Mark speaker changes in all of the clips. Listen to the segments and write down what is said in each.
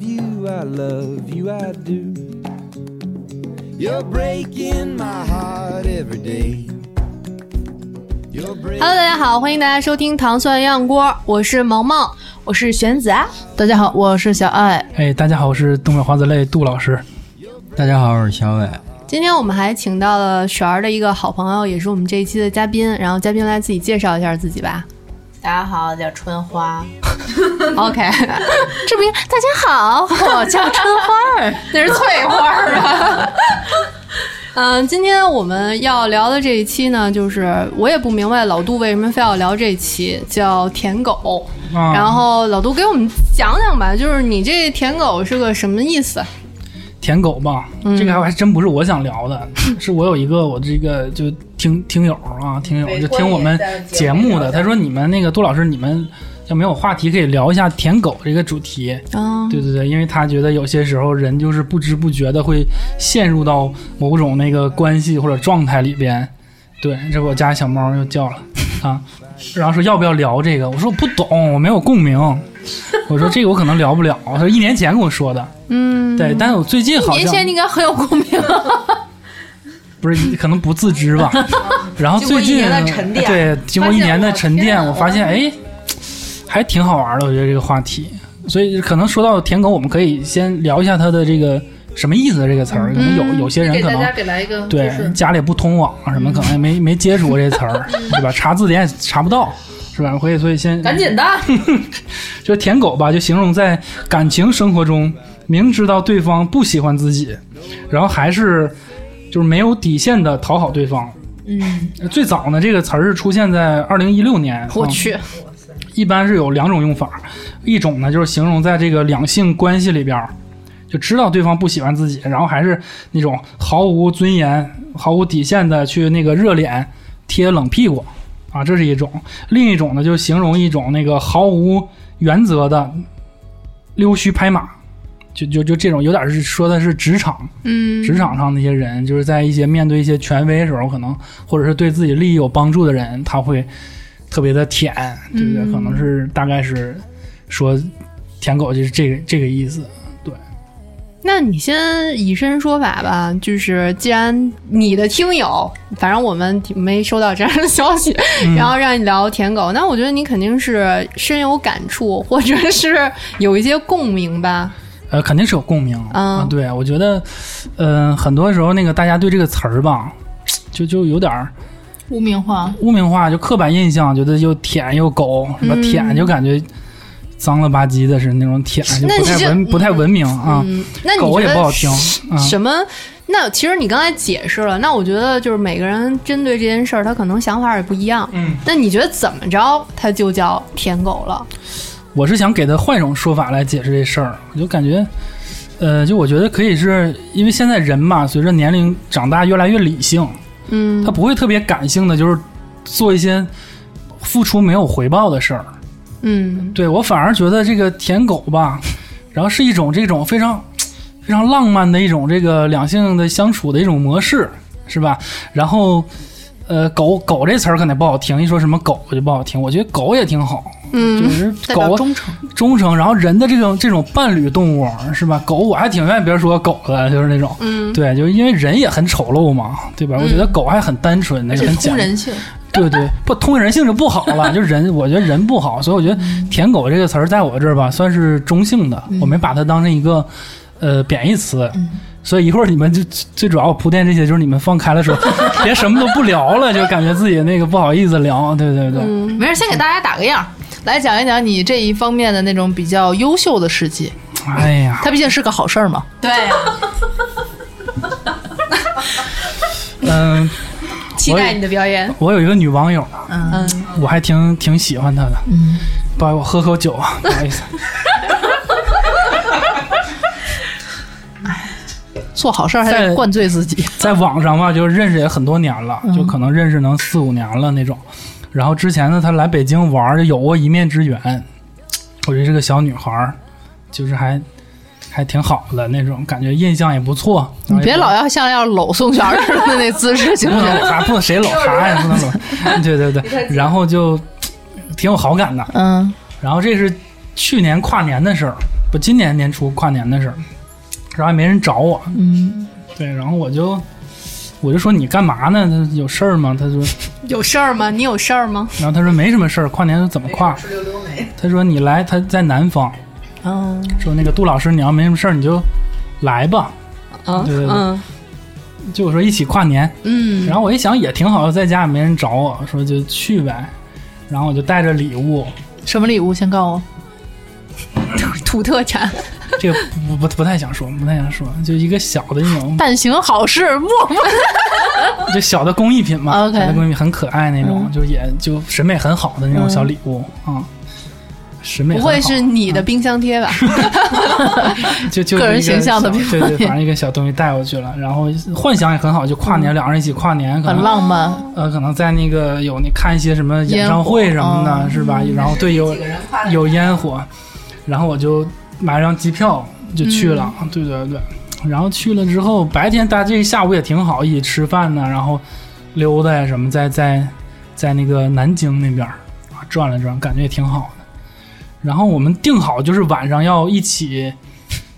Speaker 1: you, I love you, I do. You're breaking my heart every day. You're breaking.
Speaker 2: Hello，大家好，欢迎大家收听《糖蒜样锅》，我是萌萌，我是玄子啊。
Speaker 3: 大家好，我是小爱。
Speaker 4: 哎，大家好，我是东北花子泪杜老师。
Speaker 5: 大家好，我是小伟。
Speaker 2: 今天我们还请到了璇儿的一个好朋友，也是我们这一期的嘉宾。然后嘉宾来自己介绍一下自己吧。
Speaker 3: 大家好，我叫春花。
Speaker 2: OK，这边大家 好，我叫春花儿， 那是翠花儿啊。 嗯，今天我们要聊的这一期呢，就是我也不明白老杜为什么非要聊这一期，叫舔狗。
Speaker 4: 啊
Speaker 2: 然后老杜给我们讲讲吧，就是你这舔狗是个什么意思？
Speaker 4: 舔狗吧，
Speaker 2: 嗯
Speaker 4: 这个还还真不是我想聊的，是我有一个我这个就听听友啊，听友就听我们节目的，他说你们那个杜老师，你们要没有话题可以聊一下舔狗这个主题。
Speaker 2: 啊、
Speaker 4: 对对对，因为他觉得有些时候人就是不知不觉的会陷入到某种那个关系或者状态里边。对，这我家小猫又叫了啊，然后说要不要聊这个？我说我不懂，我没有共鸣。我说这个我可能聊不了。他说一年前跟我说的，
Speaker 2: 嗯，
Speaker 4: 对，但是我最近好
Speaker 2: 年
Speaker 4: 像
Speaker 2: 前应该很有共 鸣。
Speaker 4: 不是可能不自知 吧。然后最近
Speaker 3: 经过一年的沉淀
Speaker 4: 对，经过一年的沉
Speaker 3: 发现我天
Speaker 4: 淀，
Speaker 3: 啊
Speaker 4: 我发现哎，还挺好玩的，我觉得这个话题。所以可能说到舔狗，我们可以先聊一下它的这个什么意思这个词儿。可能有有些人可能
Speaker 3: 嗯给来一个
Speaker 4: 对家里不通网啊什
Speaker 3: 嗯
Speaker 4: 么，可能也没没接触过这词 儿，对吧？查字典也查不到，是吧？所以所以先
Speaker 3: 紧的。
Speaker 4: 就舔狗吧，就形容在感情生活中，明知道对方不喜欢自己，然后还是就是没有底线的讨好对方。
Speaker 3: 嗯，
Speaker 4: 最早呢，这个词儿是出现在二零一六年。
Speaker 2: 我
Speaker 4: 嗯
Speaker 2: 去，
Speaker 4: 一般是有两种用法，一种呢就是形容在这个两性关系里边儿，就知道对方不喜欢自己，然后还是那种毫无尊严、毫无底线的去那个热脸贴冷屁股啊，这是一种；另一种呢，就形容一种那个毫无原则的溜须拍马，就就就这种有点是说的是职场
Speaker 2: 嗯，
Speaker 4: 职场上那些人，就是在一些面对一些权威的时候，可能或者是对自己利益有帮助的人，他会特别的舔，对不对？
Speaker 2: 嗯
Speaker 4: 可能是大概是说舔狗就是这个这个意思。
Speaker 2: 那你先以身说法吧，就是既然你的听友，反正我们没收到这样的消息，
Speaker 4: 嗯
Speaker 2: 然后让你聊舔狗，那我觉得你肯定是深有感触，或者是有一些共鸣吧。
Speaker 4: 呃，肯定是有共鸣
Speaker 2: 嗯
Speaker 4: 啊。对，我觉得，呃，很多时候那个大家对这个词儿吧，就就有点儿
Speaker 3: 污名化，
Speaker 4: 污名化，就刻板印象，觉得又舔又狗，什么
Speaker 2: 嗯
Speaker 4: 舔就感觉脏了吧唧的是那种舔，就
Speaker 2: 那
Speaker 4: 不
Speaker 2: 你
Speaker 4: 太
Speaker 2: 这
Speaker 4: 文不太文明啊。
Speaker 2: 嗯，那你
Speaker 4: 狗
Speaker 2: 觉
Speaker 4: 也
Speaker 2: 得
Speaker 4: 不好听啊。
Speaker 2: 什么？那其实你刚才解释了，那我觉得就是每个人针对这件事儿，他可能想法也不一样。
Speaker 4: 嗯，
Speaker 2: 那你觉得怎么着，他就叫舔狗了？
Speaker 4: 我是想给他换一种说法来解释这事儿，我就感觉，呃，就我觉得可以是因为现在人嘛，随着年龄长大越来越理性，
Speaker 2: 嗯
Speaker 4: 他不会特别感性的，就是做一些付出没有回报的事儿。
Speaker 2: 嗯
Speaker 4: 对我反而觉得这个舔狗吧， 然后是一种这种非常非常浪漫的一种这个两性的相处的一种模式，是吧？然后，呃，狗狗这词儿可能不好听，一说什么狗就不好听，我觉得狗也挺好，就
Speaker 2: 嗯，
Speaker 4: 是
Speaker 3: 代表
Speaker 4: 狗
Speaker 3: 忠诚。
Speaker 4: 忠诚，然后人的这种这种伴侣动物是吧？狗我还挺愿意别人说我狗的，就是那种，
Speaker 2: 嗯
Speaker 4: 对，就是因为人也很丑陋嘛，对吧？我觉得狗还很单纯，那
Speaker 3: 而
Speaker 4: 个
Speaker 3: 且
Speaker 4: 很
Speaker 3: 嗯通
Speaker 4: 简单，
Speaker 3: 人性，
Speaker 4: 对对，不通人性就不好 了，就人，我觉得人不好，所以我觉得“
Speaker 3: 嗯
Speaker 4: 舔狗”这个词儿在我这儿吧，算是中性的，我没把它当成一个呃贬义词。
Speaker 3: 嗯
Speaker 4: 所以一会儿你们就最主要我铺垫这些，就是你们放开了 说，别什么都不聊了，就感觉自己那个不好意思聊。对对对，
Speaker 3: 嗯没事，先给大家打个样，来讲一讲你这一方面的那种比较优秀的事迹。
Speaker 4: 哎呀，
Speaker 3: 它毕竟是个好事儿嘛。
Speaker 2: 对，啊
Speaker 4: 嗯、
Speaker 2: 期待你的表演。
Speaker 4: 我有一个女网友啊，
Speaker 3: 嗯，
Speaker 4: 我还挺挺喜欢她的。嗯，不好意思，我喝口酒啊，不好意思。
Speaker 3: 做好事儿还
Speaker 4: 在
Speaker 3: 得灌醉自己。
Speaker 4: 在网上吧，就认识也很多年了，就可能认识能四五年了那种。然后之前呢，她来北京玩儿，就有过一面之缘。我觉得这个小女孩儿，就是还还挺好的那种，感觉印象也不错。然后
Speaker 3: 你
Speaker 4: 也
Speaker 3: 别
Speaker 4: 不
Speaker 3: 老要像要搂宋璇儿似的那姿势，行
Speaker 4: 不
Speaker 3: 不
Speaker 4: 能
Speaker 3: 行？
Speaker 4: 搂他，不谁搂他呀，不能搂。对对对，然后就挺有好感的。
Speaker 3: 嗯
Speaker 4: 然后这是去年跨年的事儿，我今年年初跨年的时候，然后也没人找我，
Speaker 3: 嗯，
Speaker 4: 对，然后我就我就说你干嘛呢？他说有事儿吗？他说，
Speaker 2: 有事儿吗？你有事儿吗？
Speaker 4: 然后他说没什么事儿，跨年怎么跨？他说你来，他在南方，
Speaker 2: 嗯
Speaker 4: 说那个杜老师，你要没什么事儿你就来吧，
Speaker 2: 嗯
Speaker 4: 对对对
Speaker 2: 嗯
Speaker 4: 就我说一起跨年。
Speaker 2: 嗯，
Speaker 4: 然后我一想也挺好，在家也没人找我，说就去呗。然后我就带着礼物，
Speaker 3: 什么礼物？先 告诉我。
Speaker 2: 土特产，
Speaker 4: 这个不不不太想说，不太想说，就一个小的那种，
Speaker 3: 但行好事，默默。
Speaker 4: 就小的工艺品嘛，
Speaker 3: 啊 OK
Speaker 4: 小的工艺品很可爱那种，
Speaker 3: 嗯
Speaker 4: 就也就审美很好的那种小礼物啊、审美
Speaker 2: 不
Speaker 4: 很
Speaker 2: 会
Speaker 4: 好
Speaker 2: 是你的冰箱贴吧？
Speaker 4: 啊就就
Speaker 3: 个人
Speaker 4: 一
Speaker 3: 形象的
Speaker 4: 小
Speaker 3: 变
Speaker 4: 对
Speaker 3: 化
Speaker 4: 对，反正一个小东西带过去了，然后幻想也很好，就跨年两人一起跨年，可
Speaker 3: 嗯很
Speaker 4: 能
Speaker 3: 浪漫，
Speaker 4: 呃可能在那个有你看一些什么演唱会什么
Speaker 3: 烟火嗯
Speaker 4: 的，是吧？然后对有有烟火，然后我就买张机票
Speaker 3: 嗯
Speaker 4: 就去了，对对对，然后去了之后白天大家这一下午也挺好，一起吃饭呢，然后溜达呀什么，在在在那个南京那边儿啊转了转，感觉也挺好的。然后我们定好就是晚上要一起，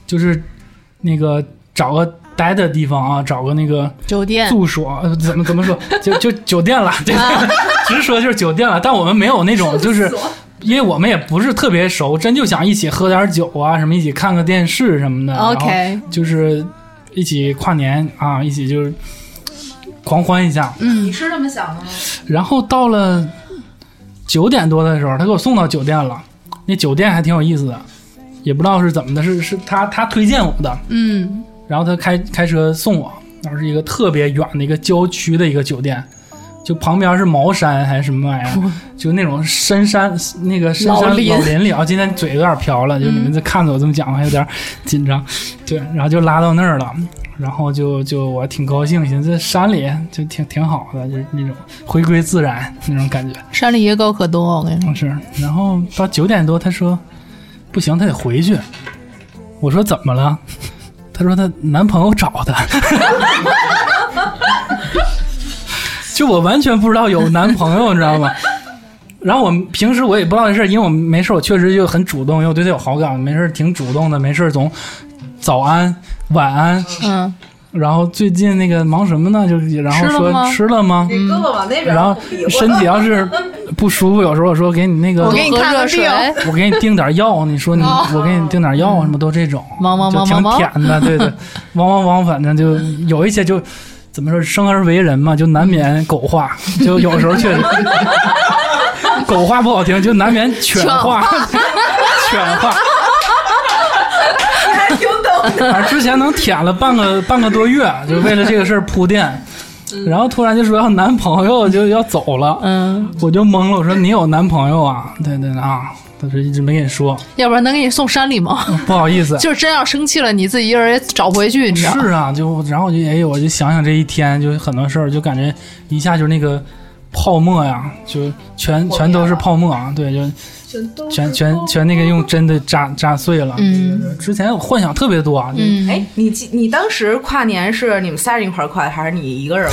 Speaker 4: 就是那个找个待的地方啊，找个那个
Speaker 2: 酒店啊
Speaker 4: 住所，呃怎么怎么说，就就酒店了，对， 直说就是酒店了。但我们没有那种就是。因为我们也不是特别熟，真就想一起喝点酒啊，什么一起看个电视什么的。然后
Speaker 2: OK
Speaker 4: 就是一起跨年啊，一起就是狂欢一下。
Speaker 3: 嗯，你是这么想的吗？
Speaker 4: 然后到了九点多的时候，他给我送到酒店了。那酒店还挺有意思的，也不知道是怎么的，是是他他推荐我的，
Speaker 2: 嗯
Speaker 4: 然后他开开车送我，然后是一个特别远的一个郊区的一个酒店，就旁边是茅山还是什么玩意 儿，就那种深山那个深山
Speaker 2: 老林
Speaker 4: 老林里啊。今天嘴有点瓢了，就你们这看着我这么讲话有点紧张，对，然后就拉到那儿了。然后就就我挺高兴，寻思这山里就挺挺好的，就是那种回归自然那种感觉。
Speaker 3: 山里野狗可多，我跟你说。
Speaker 4: 嗯是，然后到九点多，他说不行，他得回去。我说怎么了？他说她男朋友找她。 就我完全不知道有男朋友，你知道吗？然后我平时我也不知道这事儿，因为我没事儿，我确实就很主动，因为我对他有好感，没事儿挺主动的，没事儿总早安晚安。
Speaker 3: 嗯，
Speaker 4: 然后最近那个忙什么呢？就然后
Speaker 3: 吃了吗
Speaker 4: 说吃了吗？
Speaker 2: 嗯
Speaker 6: 你胳膊往那
Speaker 4: 嗯
Speaker 6: 边
Speaker 4: 然后
Speaker 6: 比划
Speaker 4: 身体要是不舒服，有时候我说给你那个
Speaker 2: 我给你
Speaker 3: 喝
Speaker 2: 看
Speaker 3: 热
Speaker 2: 个
Speaker 3: 水
Speaker 2: 病，
Speaker 4: 我给你订点药，你说你我给你订点药，什么都这种，
Speaker 3: 哦嗯汪汪
Speaker 4: 就
Speaker 3: 汪
Speaker 4: 挺
Speaker 3: 汪汪
Speaker 4: 舔的，对 对，汪汪汪，反正就有一些就怎么说，生而为人嘛，就难免狗 话，就有时候确实狗话不好听，就难免犬话， 犬话。
Speaker 6: 还挺懂的。
Speaker 4: 反正之前能舔了半个半个多月，就为了这个事儿铺垫，然后突然就说要男朋友就要走了，
Speaker 3: 嗯，
Speaker 4: 我就懵了，我说你有男朋友啊？对对啊，他说一直没跟你说，
Speaker 3: 要不然能给你送山里吗？
Speaker 4: 不好意思。
Speaker 3: 就是真要生气了，你自己一人也找不回去，你知道吗？
Speaker 4: 是啊，就然后我就哎呦，我就想想这一天，就很多事儿，就感觉一下就那个泡沫呀，就全全都是泡沫啊，对，就全全全那个用针的扎扎碎了。
Speaker 3: 嗯
Speaker 4: 之前我幻想特别多啊，就
Speaker 3: 嗯，
Speaker 6: 哎，你记你当时跨年是你们仨人一块儿跨，还是你一个人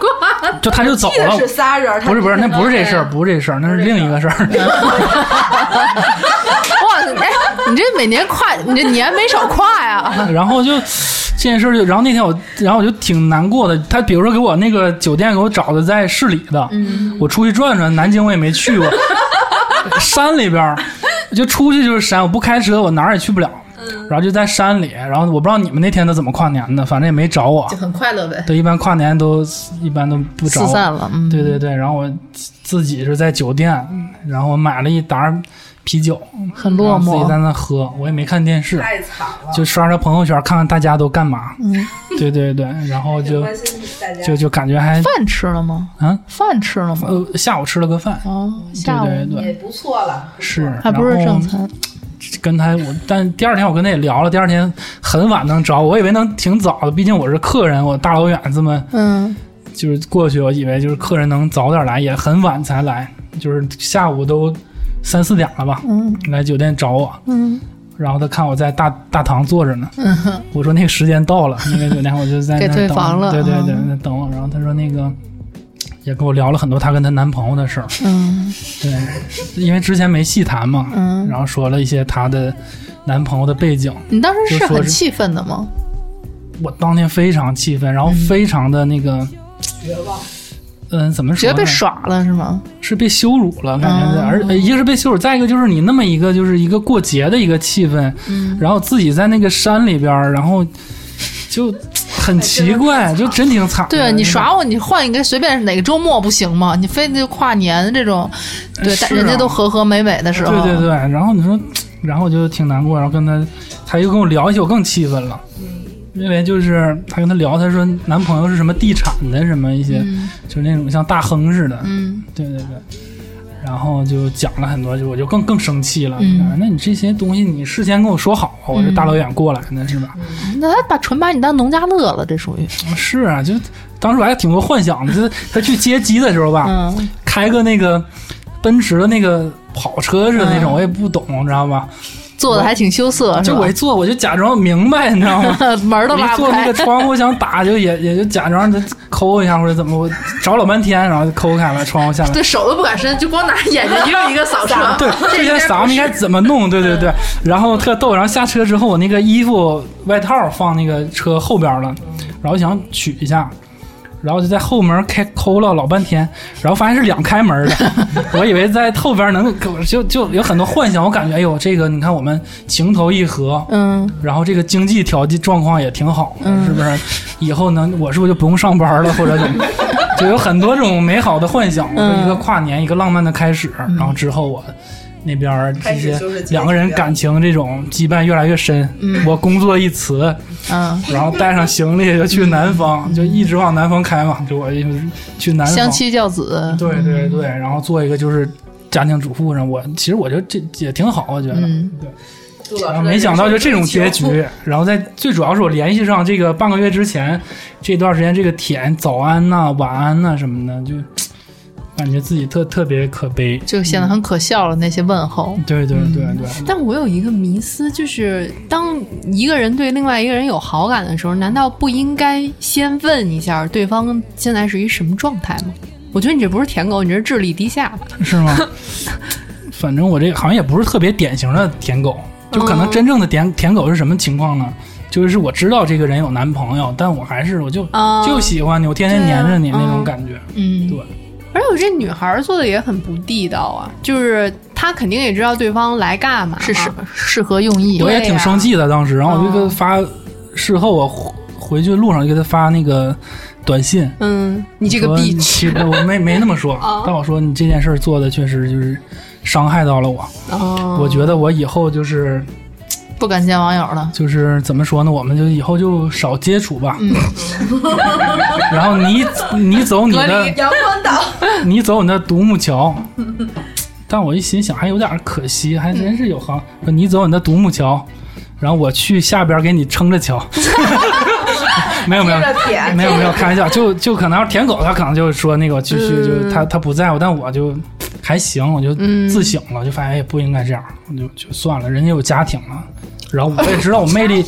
Speaker 6: 跨？
Speaker 4: 就他就走
Speaker 6: 记
Speaker 4: 了
Speaker 6: 得是，仨人，他
Speaker 4: 不是不是，那不是这事儿，不是这事儿，那是另一个事儿。
Speaker 3: 哇，哎，你这每年跨，你这年没少跨呀。
Speaker 4: 然后就这件事儿就，然后那天我，然后我就挺难过的。他比如说给我那个酒店给我找的在市里的，我出去转转，南京我也没去过，山里边儿就出去就是山，我不开车我哪儿也去不了。然后就在山里，然后我不知道你们那天都怎么跨年的，反正也没找我。
Speaker 3: 很快乐呗，
Speaker 4: 对，一般跨年都一般都不找
Speaker 3: 四
Speaker 4: 我。
Speaker 3: 散了，嗯，
Speaker 4: 对对对，然后我自己是在酒店，然后我买了一打啤酒，
Speaker 3: 很落
Speaker 4: 然后自己在
Speaker 3: 寞。
Speaker 4: 那喝，我也没看电视，
Speaker 6: 太惨了。
Speaker 4: 就刷刷朋友圈，看看大家都干嘛。
Speaker 3: 嗯，
Speaker 4: 对对对，然后就
Speaker 7: 啊
Speaker 6: 关心大家
Speaker 4: 嗯就就感觉还
Speaker 3: 饭吃了吗？
Speaker 4: 啊，
Speaker 3: 饭吃了吗？
Speaker 4: 呃，下午吃了个饭，
Speaker 3: 哦，
Speaker 4: 对
Speaker 3: 下午
Speaker 4: 对对，
Speaker 6: 也不错了，
Speaker 4: 是，
Speaker 3: 还不是
Speaker 4: 然后
Speaker 3: 正餐。
Speaker 4: 跟他我，但第二天我跟他也聊了，第二天很晚能找我，我以为能挺早的，毕竟我是客人，我大老远这么
Speaker 3: 嗯，
Speaker 4: 就是过去，我以为就是客人能早点来，也很晚才来，就是下午都三四点了吧，
Speaker 3: 嗯
Speaker 4: 来酒店找我，
Speaker 3: 嗯，
Speaker 4: 然后他看我在大大堂坐着呢，我说那个时间到了，那个酒店我就在那
Speaker 3: 给
Speaker 4: 儿
Speaker 3: 退
Speaker 4: 等
Speaker 3: 房了
Speaker 4: 对对对，
Speaker 3: 嗯
Speaker 4: 那等我，然后他说那个也跟我聊了很多她跟她男朋友的事儿。
Speaker 3: 嗯
Speaker 4: 对，因为之前没细谈嘛，
Speaker 3: 嗯，
Speaker 4: 然后说了一些她的男朋友的背景。
Speaker 3: 你当时
Speaker 4: 就是说
Speaker 3: 很
Speaker 4: 是
Speaker 3: 气愤的吗？
Speaker 4: 我当天非常气愤，
Speaker 3: 嗯
Speaker 4: 然后非常的那个绝望。嗯，怎么
Speaker 3: 直
Speaker 4: 说
Speaker 3: 接
Speaker 4: 呢？
Speaker 3: 被耍了是吗？
Speaker 4: 是被羞辱了，感觉在，
Speaker 3: 啊
Speaker 4: 而呃一个是被羞辱，再一个就是你那么一个就是一个过节的一个气氛，然后自己在那个山里边儿，然后 就很奇怪，就真挺惨的。
Speaker 3: 对啊，
Speaker 4: 那
Speaker 3: 你
Speaker 4: 种
Speaker 3: 耍我，你换一个随便哪个周末不行吗？你非得跨年这种，对，
Speaker 4: 是啊
Speaker 3: 但人家都和和美美的时候，
Speaker 4: 对对对，然后你说，然后我就挺难过，然后跟他，他又跟我聊一起，我更气愤了。因为就是他跟他聊，他说男朋友是什么地产的，什么一些，就是那种像大亨似的，
Speaker 3: 嗯，
Speaker 4: 对对对。然后就讲了很多，就我就更更生气了。
Speaker 3: 嗯
Speaker 4: 啊那你这些东西你事先跟我说好，我这大老远过来的是
Speaker 3: 嗯
Speaker 4: 吧？
Speaker 3: 那他把纯把你当农家乐了，这属于，
Speaker 4: 是啊，就当时我还挺多幻想的。就是他去接机的时候吧，
Speaker 3: 嗯
Speaker 4: 开个那个奔驰的那个跑车似的那种，
Speaker 3: 嗯
Speaker 4: 我也不懂，你知道吧？
Speaker 3: 做的还挺羞涩，是
Speaker 4: 就
Speaker 3: 吧
Speaker 4: 啊我一坐，我就假装明白，你知道 吗？
Speaker 3: 门儿都
Speaker 4: 我一
Speaker 3: 拉不
Speaker 4: 坐那
Speaker 3: 开
Speaker 4: 个，窗户想打，就也也就假装的抠一下或者怎么，我找老半天，然后就抠开了窗户下来。
Speaker 3: 对手都不敢伸，就光拿眼睛一个 一个扫射。
Speaker 4: 对，这些嗓子应该嗯怎么弄？对对对，然后特逗。然后下车之后，我那个衣服外套放那个车后边了，然后想取一下，然后就在后门开抠了老半天，然后发现是两开门 的，我以为在后边能就就有很多幻想，我感觉哎呦，这个你看我们情投意合，
Speaker 3: 嗯，
Speaker 4: 然后这个经济条件状况也挺好，是不是？以后能我是不是就不用上班了，或者怎么？就有很多这种美好的幻想，
Speaker 3: 嗯
Speaker 4: 一个跨年，一个浪漫的开始。然后之后我那边儿这些
Speaker 6: 开始就是结
Speaker 4: 两个人感情这种羁绊越来越深。我工作一辞，
Speaker 3: 嗯，
Speaker 4: 然后带上行李就去南方，就一直往南方开嘛，就我一直去南方。
Speaker 3: 相妻教子，
Speaker 4: 嗯对对对，然后做一个就是家庭主妇上，我其实我觉得这也挺好，我觉得。
Speaker 3: 嗯
Speaker 6: 杜老
Speaker 4: 然后
Speaker 6: 师
Speaker 4: 呃没想到就这种结局，然后在最主要是我联系上这个半个月之前，这段时间这个舔早安呐、晚安呐、什么的，就感觉自己特特别可悲。
Speaker 3: 就显得很可笑了那些问候。
Speaker 4: 对对对对，
Speaker 2: 但我有一个迷思，就是当一个人对另外一个人有好感的时候，难道不应该先问一下对方现在是一什么状态吗？我觉得你这不是舔狗，你这是智力低下吧？
Speaker 4: 是吗？ 反正我这好像也不是特别典型的舔狗，就可能真正的舔舔狗是什么情况呢？就是我知道这个人有男朋友，但我还是我就、
Speaker 2: 啊
Speaker 4: 就喜欢你，我天天
Speaker 2: 对啊
Speaker 4: 黏着你那
Speaker 2: 嗯
Speaker 4: 种感觉。
Speaker 3: 嗯，
Speaker 4: 对
Speaker 2: 而且我这女孩做的也很不地道啊，就是她肯定也知道对方来干嘛嘛，啊
Speaker 3: 是适适合用意
Speaker 4: 我。也
Speaker 2: 对
Speaker 4: 挺
Speaker 2: 呀
Speaker 4: 生气的，当时，然后我就给他
Speaker 2: 嗯
Speaker 4: 发，事后我回回去路上就给他发那个短信，
Speaker 2: 嗯，你这个
Speaker 4: 说
Speaker 2: bitch，
Speaker 4: 其实我没没那 么说
Speaker 2: 啊，
Speaker 4: 但我说你这件事儿做的确实就是伤害到了我，
Speaker 2: 哦
Speaker 4: 我觉得我以后就是
Speaker 3: 不敢见网友
Speaker 6: 啊
Speaker 3: 了。
Speaker 4: 就是怎么说呢，我们就以后就少接触吧。
Speaker 6: 嗯
Speaker 4: 然后你你走你的
Speaker 6: 阳光岛，
Speaker 4: 你走你的独木桥，但我一心想还有点可惜，还真是有行。说你走你的独木桥，然后我去下边给你撑着 桥。 没有没有
Speaker 6: 接着 舔
Speaker 4: 没有没有开玩笑，就就可能要是舔狗，他可能就说那个继续，
Speaker 3: 嗯
Speaker 4: 就是他他不在乎，但我就还行，我就自省了，就发现哎不应该这样，我就就算了，人家有家庭了。然后我也知道我魅 力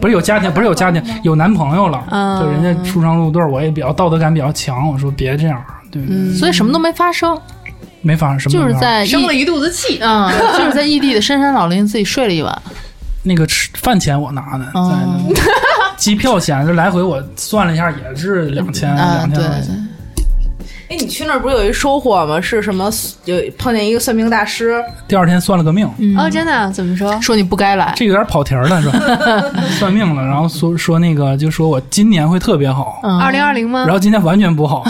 Speaker 4: 不是有家庭，不是有家庭，
Speaker 3: 嗯
Speaker 4: 有男朋友了，
Speaker 2: 嗯
Speaker 4: 就人家出双入对儿，我也比较道德感比较强，我说别这样，对，
Speaker 3: 所以什么都没发生，
Speaker 4: 没发生什么，
Speaker 3: 嗯就是在
Speaker 2: 生
Speaker 3: 异
Speaker 2: 了一肚子气。
Speaker 3: 嗯，就是在异地的深山老林自己睡了一晚。
Speaker 4: 那个吃饭钱我拿的，在
Speaker 3: 哦
Speaker 4: 那 个机票钱就来回我算了一下也是两千
Speaker 3: 啊，
Speaker 4: 两千
Speaker 3: 对
Speaker 4: 多块钱，
Speaker 3: 对，
Speaker 6: 哎，你去那儿不是有一收获吗？是什么？有碰见一个算命大师，
Speaker 4: 第二天算了个命，
Speaker 2: 哦，真的啊、怎么说？
Speaker 3: 说你不该来。
Speaker 4: 这有点跑题儿了是吧？ 算命了，然后说说那个就说我今年会特别好，
Speaker 3: 嗯
Speaker 2: 二零二零吗
Speaker 4: 然？后今年完全不 好，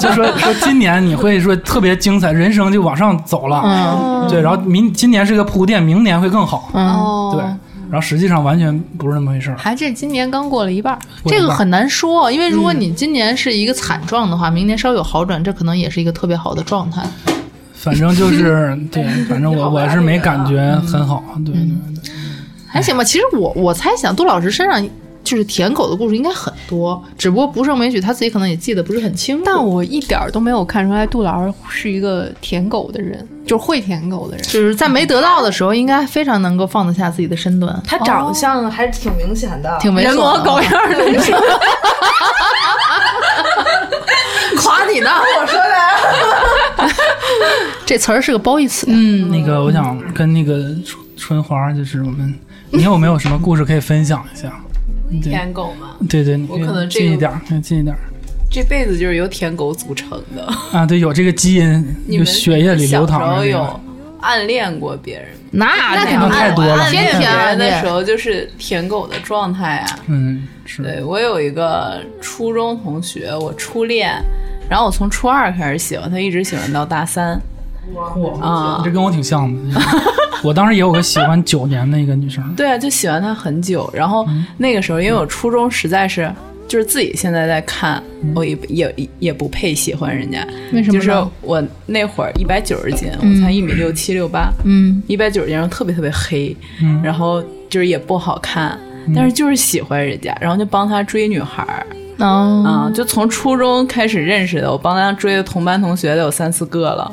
Speaker 4: 就说说今年你会说特别精彩，人生就往上走了，
Speaker 3: 嗯
Speaker 4: 对，然后明今年是个铺垫，明年会更好，
Speaker 3: 嗯，
Speaker 2: 哦，
Speaker 4: 对，然后实际上完全不是那么回事儿。
Speaker 2: 还这今年刚过了一半儿，
Speaker 4: 过一
Speaker 3: 这个
Speaker 4: 半儿
Speaker 3: 很难说，啊因为如果你今年是一个惨状的话，明年稍有好转，这可能也是一个特别好的状态。
Speaker 4: 反正就是 对，反正我我是没感觉很好，
Speaker 3: 嗯
Speaker 4: 对对对。
Speaker 3: 还行吧。其实我我猜想，杜老师身上就是舔狗的故事应该很多，只不过不胜枚举，他自己可能也记得不是很清楚。
Speaker 2: 但我一点儿都没有看出来杜老师是一个舔狗的人，就是会舔狗的人。
Speaker 3: 就是在没得到的时候，应该非常能够放得下自己的身段，
Speaker 6: 他长相还是哦挺明显的，
Speaker 3: 挺猥琐的。
Speaker 2: 人模狗样儿的，
Speaker 6: 夸你呢，我说的。
Speaker 2: 这词儿是个褒义
Speaker 3: 啊
Speaker 2: 词。
Speaker 4: 嗯，那个我想跟那个春春花，就是我们，你有没有什么故事可以分享一下？对
Speaker 6: 舔狗嘛，
Speaker 4: 对对，你
Speaker 6: 我可能这个
Speaker 4: 近一点儿，对近一点儿
Speaker 6: 这辈子就是由舔狗组成的。
Speaker 4: 啊，对，有这个基因，
Speaker 6: 你
Speaker 4: 有
Speaker 6: 们
Speaker 4: 血液里流淌
Speaker 6: 小时
Speaker 4: 的
Speaker 6: 候
Speaker 4: 这
Speaker 6: 有
Speaker 4: 个。
Speaker 6: 暗恋过别人吗？
Speaker 2: 那
Speaker 6: 那
Speaker 4: 肯定太多了
Speaker 2: 天
Speaker 6: 天
Speaker 2: 天暗
Speaker 6: 的时
Speaker 2: 恋。
Speaker 6: 候就是舔狗的状态啊。
Speaker 4: 嗯，是，
Speaker 6: 对我有一个初中同学，我初恋，然后我从初二开始喜欢他，一直喜欢到大三。啊
Speaker 4: 这跟我挺像的。我当时也有个喜欢九年的一个女 生，
Speaker 6: 对啊，就喜欢他很久。然后
Speaker 2: 嗯
Speaker 6: 那个时候，因为我初中实在是。就是自己现在在看，我也也也不配喜欢人家。
Speaker 2: 嗯为什么呢
Speaker 6: 就是我那会儿一百九十斤，我才一米六七六八，
Speaker 2: 嗯，
Speaker 6: 一百九十斤，然后特别特别黑，
Speaker 4: 嗯
Speaker 6: 然后就是也不好看，
Speaker 2: 嗯
Speaker 6: 但是就是喜欢人家，然后就帮他追女孩儿
Speaker 3: 嗯
Speaker 2: 哦，
Speaker 6: 啊、就从初中开始认识的，我帮他追的同班同学都有三四个了，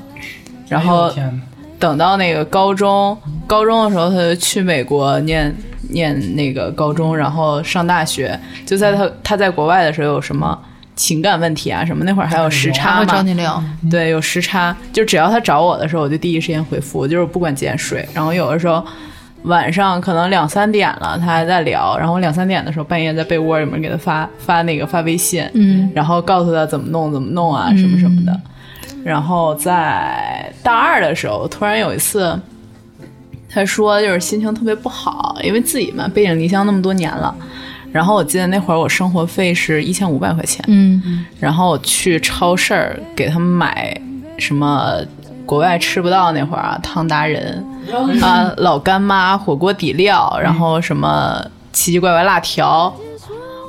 Speaker 6: 然
Speaker 4: 哎
Speaker 6: 后
Speaker 4: 呦天哪，
Speaker 6: 等到那个高中，高中的时候他就去美国念念那个高中，然后上大学，就在他他在国外的时候有什么。情感问题啊，什么那会儿还有时
Speaker 2: 他
Speaker 6: 差
Speaker 2: 会找
Speaker 6: 嘛，
Speaker 2: 你聊。
Speaker 6: 对，有时差，就只要他找我的时候，我就第一时间回复，就是不管几点睡。然后有的时候晚上可能两三点了，他还在聊，然后我两三点的时候半夜在被窝里面给他发发那个发微信，
Speaker 2: 嗯，
Speaker 6: 然后告诉他怎么弄怎么弄啊什么什么的。然后在大二的时候，突然有一次，他说就是心情特别不好，因为自己嘛背井离乡那么多年了。然后我记得那会儿我生活费是一千五百块钱，
Speaker 2: 嗯，
Speaker 6: 然后去超市儿给他们买什么国外吃不到那会儿啊，汤达人啊、老干妈、火锅底料，然后什么奇奇怪怪辣条。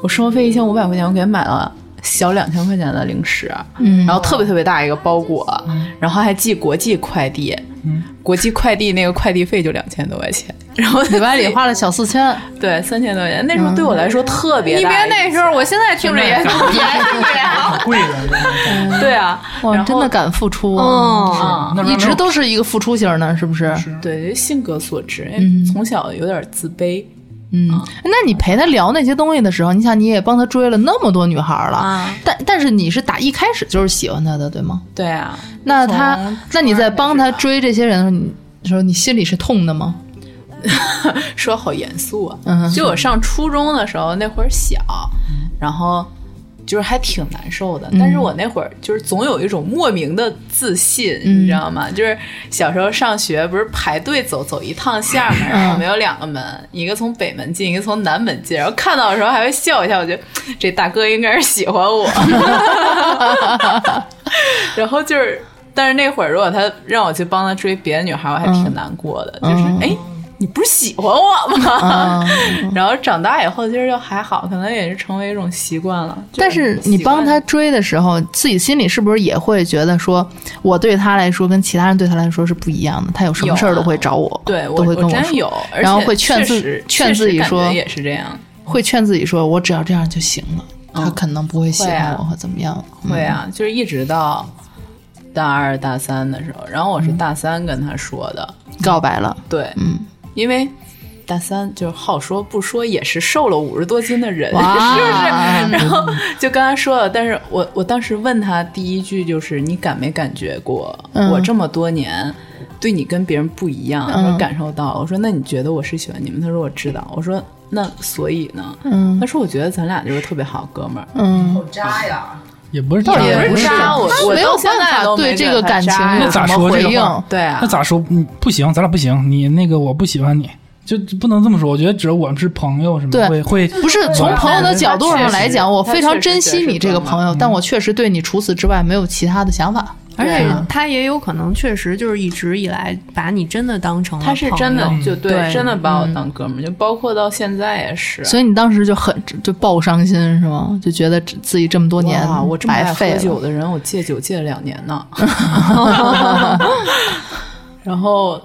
Speaker 6: 我生活费一千五百块钱，我给他买了小两千块钱的零食，啊
Speaker 2: 嗯
Speaker 6: 然后特别特别大一个包裹，然后还寄国际快递，国际快递那个快递费就两千多块钱，然后
Speaker 2: 礼拜里花了小四千，
Speaker 6: 对三千多块钱，那时候对我来说特别
Speaker 7: 你
Speaker 6: 大
Speaker 7: 别
Speaker 6: 一笔
Speaker 7: 那时候，我现在听着也挺便宜
Speaker 4: 好贵的，
Speaker 6: 对啊，
Speaker 2: 哇，哦
Speaker 6: 然后
Speaker 2: 真的敢付出啊！
Speaker 7: 嗯，
Speaker 6: 啊。
Speaker 4: 那边没有
Speaker 2: 一直都是一个付出型的，是不是？
Speaker 6: 对，就性格所致，因
Speaker 2: 嗯
Speaker 6: 为从小有点自卑。
Speaker 2: 嗯，那你陪他聊那些东西的时候，你想你也帮他追了那么多女孩了，
Speaker 6: 啊
Speaker 2: 但但是你是打一开始就是喜欢他的，对吗？
Speaker 6: 对啊，
Speaker 2: 那他
Speaker 6: 从，
Speaker 2: 那你在帮他追这些人的时候，你说你心里是痛的吗？
Speaker 6: 说好严肃啊。
Speaker 2: 嗯
Speaker 6: 就我上初中的时候，那会儿小，然后就是还挺难受的。但是我那会儿就是总有一种莫名的自信，
Speaker 2: 嗯
Speaker 6: 你知道吗？就是小时候上学不是排队走走一趟线嘛，然后我们有两个门，一个从北门进，一个从南门进。然后看到的时候还会笑一下，我觉得这大哥应该是喜欢我。然后就是，但是那会儿如果他让我去帮他追别的女孩，我还
Speaker 2: 嗯
Speaker 6: 挺难过的，就是哎。诶你不是喜欢我吗？
Speaker 2: 嗯
Speaker 6: 然后长大以后其实就还好，可能也是成为一种习惯了。就
Speaker 2: 但是你
Speaker 6: 习惯
Speaker 2: 帮他追的时候，自己心里是不是也会觉得说，我对他来说跟其他人对他来说是不一样的？他有什么事儿都会找我，
Speaker 6: 啊对我
Speaker 2: 都会跟
Speaker 6: 我
Speaker 2: 说，
Speaker 6: 真有，而
Speaker 2: 然后
Speaker 6: 且
Speaker 2: 会劝
Speaker 6: 确
Speaker 2: 自
Speaker 6: 实
Speaker 2: 劝
Speaker 6: 确
Speaker 2: 自
Speaker 6: 实
Speaker 2: 己
Speaker 6: 感觉
Speaker 2: 说
Speaker 6: 也是这样，
Speaker 2: 会劝自己说，我只要这样就行了。他可能不会喜
Speaker 6: 会
Speaker 2: 欢
Speaker 6: 啊
Speaker 2: 我或怎么样，嗯
Speaker 6: 会啊，就是一直到大二大三的时候，然后我
Speaker 2: 嗯
Speaker 6: 是大三跟他说的，
Speaker 2: 告白了，
Speaker 6: 对，
Speaker 2: 嗯，
Speaker 6: 因为大三就是好说不说，也是瘦了五十多斤的人，
Speaker 2: 哇 嗯
Speaker 6: 是不是？然后就刚才说了，但是我我当时问他第一句就是你感没感觉过、
Speaker 2: 嗯
Speaker 6: 我这么多年对你跟别人不一样，
Speaker 2: 嗯
Speaker 6: 我感受到了。我说那你觉得我是喜欢你吗？他说我知道。我说那所以呢？
Speaker 2: 嗯
Speaker 6: 他说我觉得咱俩就是特别好哥们儿。
Speaker 2: 嗯，
Speaker 4: 也不是
Speaker 2: 倒
Speaker 4: 这
Speaker 2: 也
Speaker 4: 样
Speaker 2: 不是
Speaker 6: 渣
Speaker 2: 他
Speaker 6: 我我
Speaker 2: 没有
Speaker 6: 到现
Speaker 2: 办
Speaker 6: 在
Speaker 2: 法
Speaker 6: 都没
Speaker 2: 对
Speaker 6: 觉
Speaker 2: 这
Speaker 6: 得
Speaker 2: 个
Speaker 6: 他
Speaker 2: 感情
Speaker 6: 渣呀
Speaker 2: 有
Speaker 4: 那
Speaker 2: 什
Speaker 4: 咋
Speaker 2: 么
Speaker 4: 说
Speaker 2: 回
Speaker 4: 这个
Speaker 2: 应
Speaker 4: 话。
Speaker 6: 对啊
Speaker 4: 那，咋说？嗯，不行，咱俩不行。你那个我不喜欢你，就就不能这么说。我觉得只有我们是朋友什么
Speaker 2: 对
Speaker 4: 的，会会
Speaker 2: 不是从朋友的角度上来讲，
Speaker 6: 他确实嗯
Speaker 2: 我非常珍惜你这个朋友，
Speaker 4: 他确实觉得是这样
Speaker 2: 但我确实对你除此之外没有其他的想法。
Speaker 7: 而
Speaker 6: 对
Speaker 7: 且
Speaker 6: 啊
Speaker 7: 他也有可能确实就是一直以来把你真的当成了
Speaker 6: 他是
Speaker 7: 朋
Speaker 6: 真的
Speaker 7: 友
Speaker 6: 就对
Speaker 7: 对
Speaker 6: 真的把我当哥们儿，就包括到现在也是。
Speaker 2: 嗯所以你当时就很就爆伤心是吗？就觉得自己这么多年
Speaker 6: 哇，我这么
Speaker 2: 白
Speaker 6: 爱
Speaker 2: 费
Speaker 6: 喝
Speaker 2: 了。
Speaker 6: 酒的人，我戒酒戒了两年 呢。 然后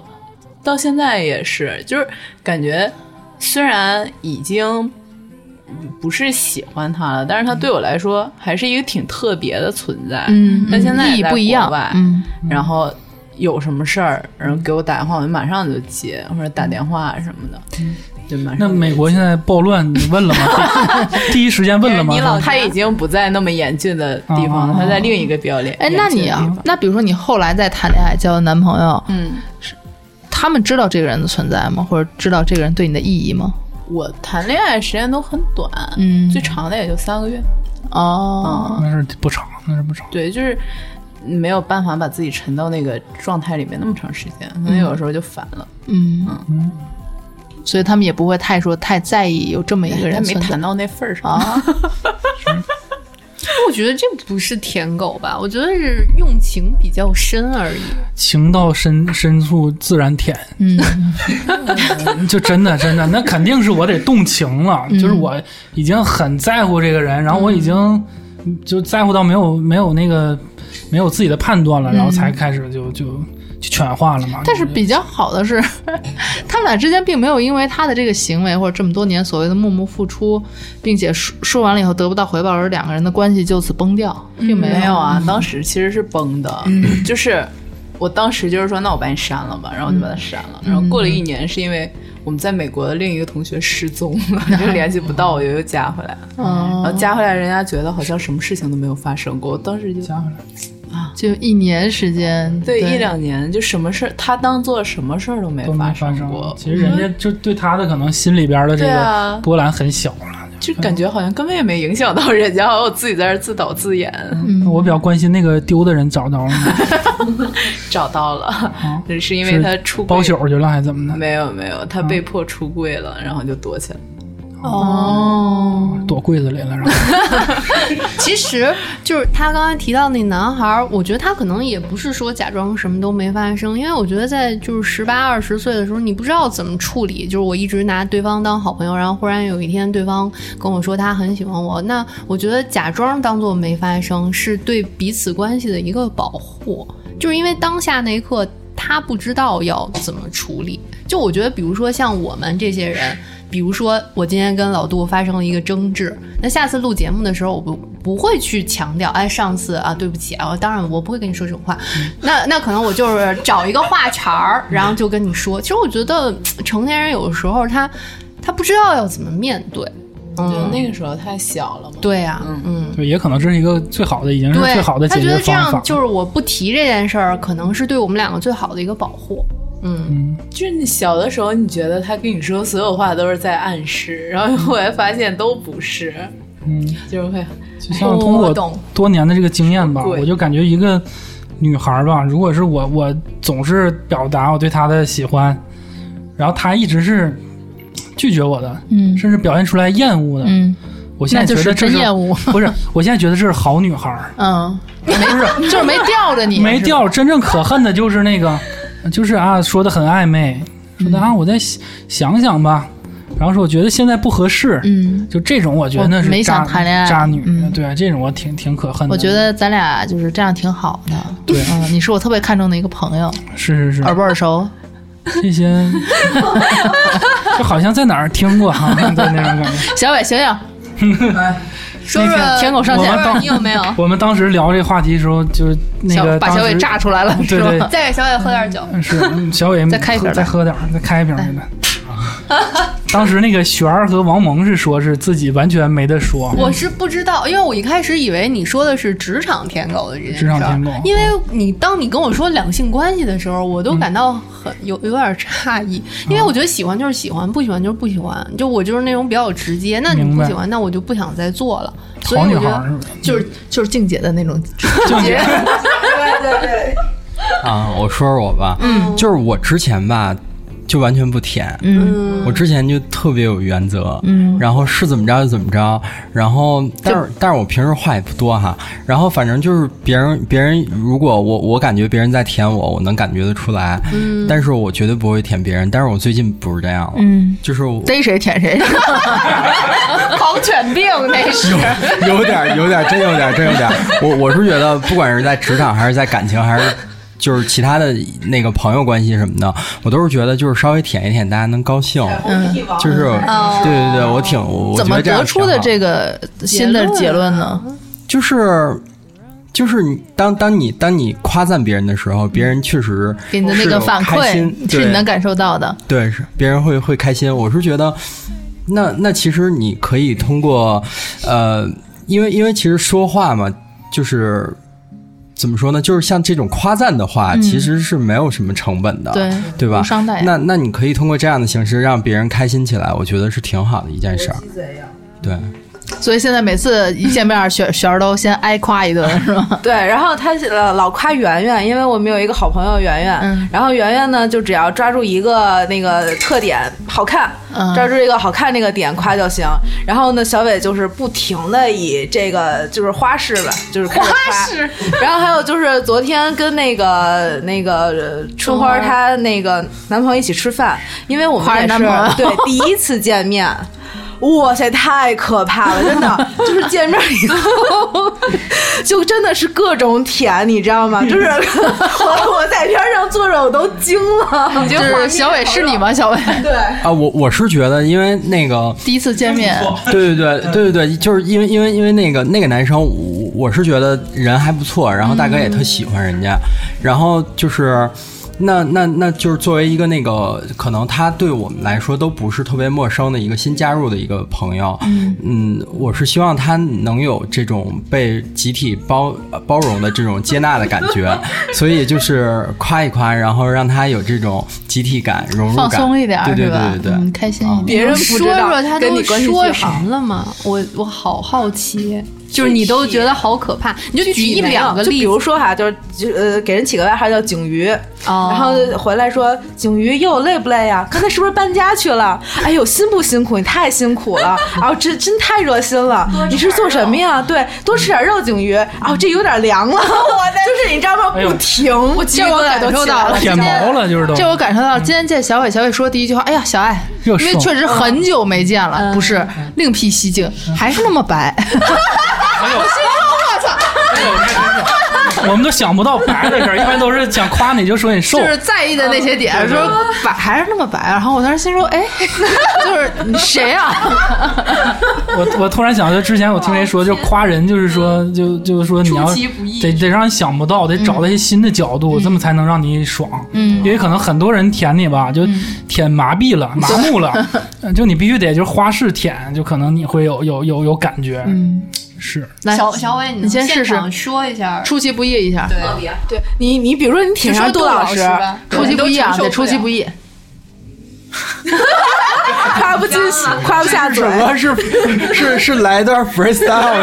Speaker 6: 到现在也是，就是感觉虽然已经不是喜欢他了，但是他对我来说还是一个挺特别的存在。
Speaker 2: 嗯，
Speaker 6: 但现在
Speaker 2: 意义
Speaker 6: 也在
Speaker 2: 不一样
Speaker 6: 国外。
Speaker 2: 嗯，
Speaker 6: 然后
Speaker 2: 嗯
Speaker 6: 有什么事儿，然后给我打电话，我就马上就接，或者打电话什么的。对吗？
Speaker 4: 那美国现在暴乱，你问 了吗？第一时间问了吗？
Speaker 2: 你老
Speaker 6: 他已经不在那么严峻的地方了，
Speaker 4: 啊
Speaker 6: 他在另一个比较严。
Speaker 3: 哎，那你
Speaker 6: 严峻的地
Speaker 3: 啊
Speaker 6: 方，
Speaker 3: 那比如说你后来再谈恋爱交的男朋友，
Speaker 6: 嗯，
Speaker 3: 他们知道这个人的存在吗？或者知道这个人对你的意义吗？
Speaker 6: 我谈恋爱时间都很短，
Speaker 3: 嗯
Speaker 6: 最长的也就三个月。
Speaker 3: 哦，
Speaker 4: 那是不长，那是不长。
Speaker 6: 对，就是没有办法把自己沉到那个状态里面那么长时间，可能有的时候就烦了。
Speaker 3: 嗯所以他们也不会太说太在意有这么一个
Speaker 6: 他
Speaker 3: 人
Speaker 6: 没
Speaker 3: 存在
Speaker 6: 谈。到那份儿上 啊，
Speaker 2: 我觉得这不是舔狗吧？我觉得是用情比较深而已。
Speaker 4: 情到深深处自然甜，
Speaker 3: 嗯，
Speaker 4: 就真的真的，那肯定是我得动情了，
Speaker 6: 嗯
Speaker 4: 就是我已经很在乎这个人，然后我已经
Speaker 6: 嗯
Speaker 4: 就在乎到没有没有那个没有自己的判断了，然
Speaker 6: 嗯
Speaker 4: 后才开始就就就犬化了嘛。
Speaker 3: 但是
Speaker 4: 就
Speaker 3: 比较好的是， 他们俩之间并没有因为他的这个行为或者这么多年所谓的默默付出，并且说说完了以后得不到回报而两个人的关系就此崩掉，并没有。
Speaker 6: 没有啊，嗯当时其实是崩的，就是我当时就是说，那我把你删了吧，然后我就把他删了。然后过了一年，是因为我们在美国的另一个同学失踪了， 就联系不到，我就又加回来了。
Speaker 2: 嗯啊
Speaker 3: 嗯
Speaker 6: 然后加回来，人家觉得好像什么事情都没有发生过。我当时就
Speaker 4: 加回来
Speaker 3: 就一年时间，
Speaker 6: 对一两年，就什么事儿，他当做什么事儿都没
Speaker 4: 都没发
Speaker 6: 生
Speaker 4: 生
Speaker 6: 过，嗯
Speaker 4: 其实人家就对他的可能心里边的这
Speaker 6: 对
Speaker 4: 个
Speaker 6: 啊
Speaker 4: 波澜很小了。
Speaker 6: 就感觉好像根本也没影响到人家，我自己在这儿自导自演。
Speaker 4: 我比较关心那个丢的人找着了吗？
Speaker 6: 找到了， 是 因为
Speaker 4: 是
Speaker 6: 他出柜
Speaker 4: 包宿去了还是怎么的？
Speaker 6: 没有没有，他被迫出柜了，然后就躲起来。
Speaker 2: 哦，
Speaker 4: 躲柜子里了，然后
Speaker 2: 其实就是他刚才提到那男孩儿，我觉得他可能也不是说假装什么都没发生，因为我觉得在就是十八二十岁的时候，你不知道怎么处理。就是我一直拿对方当好朋友，然后忽然有一天对方跟我说他很喜欢我，那我觉得假装当做没发生是对彼此关系的一个保护，就是因为当下那一刻他不知道要怎么处理。就我觉得，比如说像我们这些人，比如说我今天跟老杜发生了一个争执，那下次录节目的时候，我不不会去强调，哎，上次啊，对不起啊，当然我不会跟你说这种话。那那可能我就是找一个话茬儿，然后就跟你说。其实我觉得嘖成年人有的时候他他不知道要怎么面对，
Speaker 6: 就
Speaker 2: 嗯，
Speaker 6: 那个时候太小了嘛。
Speaker 2: 对呀、嗯。
Speaker 4: 对，也可能这是一个最好的，已经是
Speaker 2: 对，
Speaker 4: 最好的
Speaker 2: 他
Speaker 4: 解
Speaker 2: 觉
Speaker 4: 决
Speaker 2: 得这
Speaker 4: 方法
Speaker 2: 样。就是我不提这件事儿，可能是对我们两个最好的一个保护。嗯，
Speaker 6: 就是你小的时候，你觉得他跟你说所有话都是在暗示，然后后来发现都不是，
Speaker 4: 嗯，
Speaker 6: 就是会
Speaker 4: 就像通过
Speaker 2: 我懂
Speaker 4: 多年的这个经验吧，
Speaker 6: 对
Speaker 4: 我就感觉一个女孩儿吧，如果是我，我总是表达我对她的喜欢，然后她一直是拒绝我的，
Speaker 3: 嗯
Speaker 4: 甚至表现出来厌恶的，
Speaker 3: 嗯，
Speaker 4: 我现
Speaker 3: 那
Speaker 4: 在
Speaker 3: 就
Speaker 4: 觉
Speaker 3: 是
Speaker 4: 得这
Speaker 3: 真
Speaker 4: 是
Speaker 3: 厌恶，
Speaker 4: 不是，我现在觉得这是好女孩儿，
Speaker 3: 嗯，没就是没吊着你，
Speaker 4: 没
Speaker 3: 是吧
Speaker 4: 掉。真正可恨的就是那个，就是啊，说的很暧昧，说
Speaker 3: 嗯
Speaker 4: 的啊，我再想想想吧，然后说我觉得现在不合适，
Speaker 3: 嗯，
Speaker 4: 就这种我觉得那
Speaker 3: 我
Speaker 4: 是
Speaker 3: 没
Speaker 4: 渣
Speaker 3: 想谈恋爱
Speaker 4: 渣女，
Speaker 3: 嗯
Speaker 4: 对啊这种我挺挺可恨的。
Speaker 3: 我觉得咱俩就是这样挺好的。
Speaker 4: 对
Speaker 3: 嗯，你是我特别看重的一个 朋友，
Speaker 4: 是是是，
Speaker 3: 耳不耳熟？
Speaker 4: 这 些就好像在哪儿听过哈，对那种感觉。
Speaker 3: 小 伟，醒醒，
Speaker 2: 说说
Speaker 3: 舔狗上
Speaker 4: 哎我
Speaker 3: 线
Speaker 4: 们当
Speaker 2: 你有没有？
Speaker 4: 我们当时聊这话题的时候，就是那
Speaker 3: 小
Speaker 4: 个
Speaker 3: 把
Speaker 4: 当
Speaker 3: 小伟
Speaker 4: 时
Speaker 3: 炸出来了，
Speaker 4: 对
Speaker 3: 是吧？
Speaker 4: 对
Speaker 2: 再给小伟喝点酒。
Speaker 4: 嗯是嗯小伟
Speaker 3: 再开一瓶
Speaker 4: 喝
Speaker 3: 儿
Speaker 4: 再喝
Speaker 3: 哎吧
Speaker 4: 点儿，再开一瓶儿去吧。 当时那个璇儿和王蒙是说是自己完全没得说，
Speaker 2: 我是不知道，因为我一开始以为你说的是职场舔狗的这件事儿。
Speaker 4: 职场舔狗哦嗯
Speaker 2: 因为你当你跟我说两性关系的时候，我都感到很有有点诧异，因为
Speaker 4: 哦
Speaker 2: 我觉得喜欢就是喜欢，不喜欢就是不喜欢，就我就是那种比较直接。那你
Speaker 4: 明
Speaker 2: 不
Speaker 4: 白
Speaker 2: 喜欢，那我就不想再做了。所以
Speaker 4: 好
Speaker 2: 我
Speaker 4: 女
Speaker 2: 觉
Speaker 4: 孩
Speaker 2: 得
Speaker 4: 儿是吧？
Speaker 3: 就是就是静姐的那种，
Speaker 4: 就你
Speaker 5: 啊，我说说我吧，嗯，就是我之前吧，就完全不舔，
Speaker 3: 嗯，
Speaker 5: 我之前就特别有原则，嗯，然后是怎么着就怎么着，然后但是但是我平时话也不多哈，然后反正就是别人别人如果我我感觉别人在舔我，我能感觉得出来，嗯，但是我绝对不会舔别人，但是我最近不是这样了，
Speaker 3: 嗯，
Speaker 5: 就是我
Speaker 3: 逮谁舔谁，狂犬病那是。
Speaker 5: 有点儿，有点儿，真有点儿，真有点儿。我我是觉得，不管是在职场还是在感情，还是就是其他的那个朋友关系什么的，我都是觉得就是稍微舔一舔，大家能高兴。嗯，就是对对对，我挺我我
Speaker 3: 怎
Speaker 5: 觉
Speaker 3: 么
Speaker 5: 得这样
Speaker 3: 得出的
Speaker 5: 挺好
Speaker 3: 这个新的结论呢？
Speaker 5: 就是。就是你当当你当你夸赞别人的时候，别人确实
Speaker 3: 给你的那
Speaker 5: 是
Speaker 3: 个
Speaker 5: 有
Speaker 3: 反
Speaker 5: 开
Speaker 3: 馈
Speaker 5: 心
Speaker 3: 是
Speaker 5: 对
Speaker 3: 你能感受到的。
Speaker 5: 对，是别人会会开心。我是觉得，那那其实你可以通过，呃，因为因为其实说话嘛，就是怎么说呢，就是像这种夸赞的话，其实是没有什么成本的，
Speaker 3: 嗯对
Speaker 5: 对吧
Speaker 3: 无？伤大雅。
Speaker 5: 那那你可以通过这样的形式让别人开心起来，我觉得是挺好的一件事儿。对，
Speaker 3: 所以现在每次一见面，雪雪儿都先挨夸一顿，是吗？
Speaker 7: 对，然后他呃老夸圆圆，因为我们有一个好朋友圆圆，
Speaker 3: 嗯
Speaker 7: 然后圆圆呢就只要抓住一个那个特点好看，
Speaker 3: 嗯
Speaker 7: 抓住一个好看那个点夸就行。然后呢，小伟就是不停的以这个就是花式吧，就是开始夸。 然后还有就是昨天跟那个那个呃春花
Speaker 3: 花
Speaker 7: 儿她那个男朋友一起吃饭，因为我们
Speaker 3: 夸
Speaker 7: 也
Speaker 3: 人
Speaker 7: 是
Speaker 3: 男朋友
Speaker 7: 对第一次见面。哇塞，太可怕了，真的就是见面以后，就真的是各种舔，你知道吗？就是我我在边上坐着，我都惊了。
Speaker 3: 就是小伟是你吗？小伟
Speaker 7: 对，
Speaker 5: 啊，我我是觉得，因为那个，
Speaker 3: 第一次见 面，
Speaker 5: 对对对对对
Speaker 3: 嗯
Speaker 5: 对，就是因为因为因为那个那个男生，我我是觉得人还不错，然后大哥也特喜欢人家，然后就是。那那那就是作为一个那个，可能他对我们来说都不是特别陌生的一个新加入的一个朋友，嗯我是希望他能有这种被集体包呃包容的这种接纳的感 觉，所以就是夸一夸，然后让他有这种集体感、融入
Speaker 3: 放
Speaker 5: 感，
Speaker 3: 松一点儿，
Speaker 5: 对对
Speaker 3: 是
Speaker 5: 对
Speaker 3: 吧
Speaker 5: 对？对，
Speaker 3: 嗯，开心一点。
Speaker 7: 别人不
Speaker 2: 说
Speaker 7: 知道
Speaker 2: 说他
Speaker 7: 跟
Speaker 2: 都
Speaker 7: 你关系
Speaker 2: 说
Speaker 7: 最
Speaker 2: 什
Speaker 7: 好
Speaker 2: 么了吗？我我好好奇，就是你都觉得好可怕，你就举
Speaker 7: 举
Speaker 2: 一两个
Speaker 7: 就
Speaker 2: 例
Speaker 7: 比
Speaker 2: 子
Speaker 7: 如说哈，就是就呃，给人起个外号叫景瑜，
Speaker 2: 哦
Speaker 7: 然后回来说景瑜又累不累呀？刚才是不是搬家去了？哎呦，辛不辛苦？你太辛苦了， 然后真真太热心了。你是做什么呀？对，多吃点肉，景瑜。哦，这有点凉了， 就是你知道吗？
Speaker 4: 哎呦
Speaker 7: 不停，我鸡皮
Speaker 3: 这我
Speaker 7: 疙瘩
Speaker 3: 感
Speaker 7: 都
Speaker 3: 受
Speaker 7: 起
Speaker 3: 到
Speaker 7: 来
Speaker 3: 了
Speaker 4: 舔毛了，就是都
Speaker 3: 这我感受
Speaker 2: 嗯
Speaker 3: 到，今天见小伟，小伟说第一句话：“哎呀，小爱，因
Speaker 4: 又
Speaker 3: 为
Speaker 4: 瘦
Speaker 3: 确实
Speaker 2: 嗯
Speaker 3: 很久没见了，不是另辟蹊径，还是那么白。
Speaker 4: 哎呦，我操！我们都想不到白的事儿，一般都是想夸你就说你瘦
Speaker 3: 就，是在意
Speaker 2: 嗯
Speaker 3: 的那些点，说白还是那么白。然后我当时心说，哎， 就是你谁啊？
Speaker 4: 我我突然想，就之前我听谁说，就夸人，就是说，就就是说你要得得让你想不到，得找到一些新的角度，这么才能让你爽。嗯，因为可能很多人舔你吧，就舔麻痹了、麻木了， 呃就你必须得就是花式舔，就可能你会有有有有感觉。嗯，是
Speaker 3: 来，
Speaker 2: 小小伟，你
Speaker 3: 你先试试，
Speaker 2: 说一下。
Speaker 3: 出其不意一下，
Speaker 7: 对你，你比如说你
Speaker 3: 你
Speaker 7: 挺上
Speaker 3: 杜
Speaker 7: 老
Speaker 3: 师，出其不意啊，得出其不意。
Speaker 7: 夸不进，夸不下嘴。
Speaker 5: 是是是来一段 freestyle 是吗？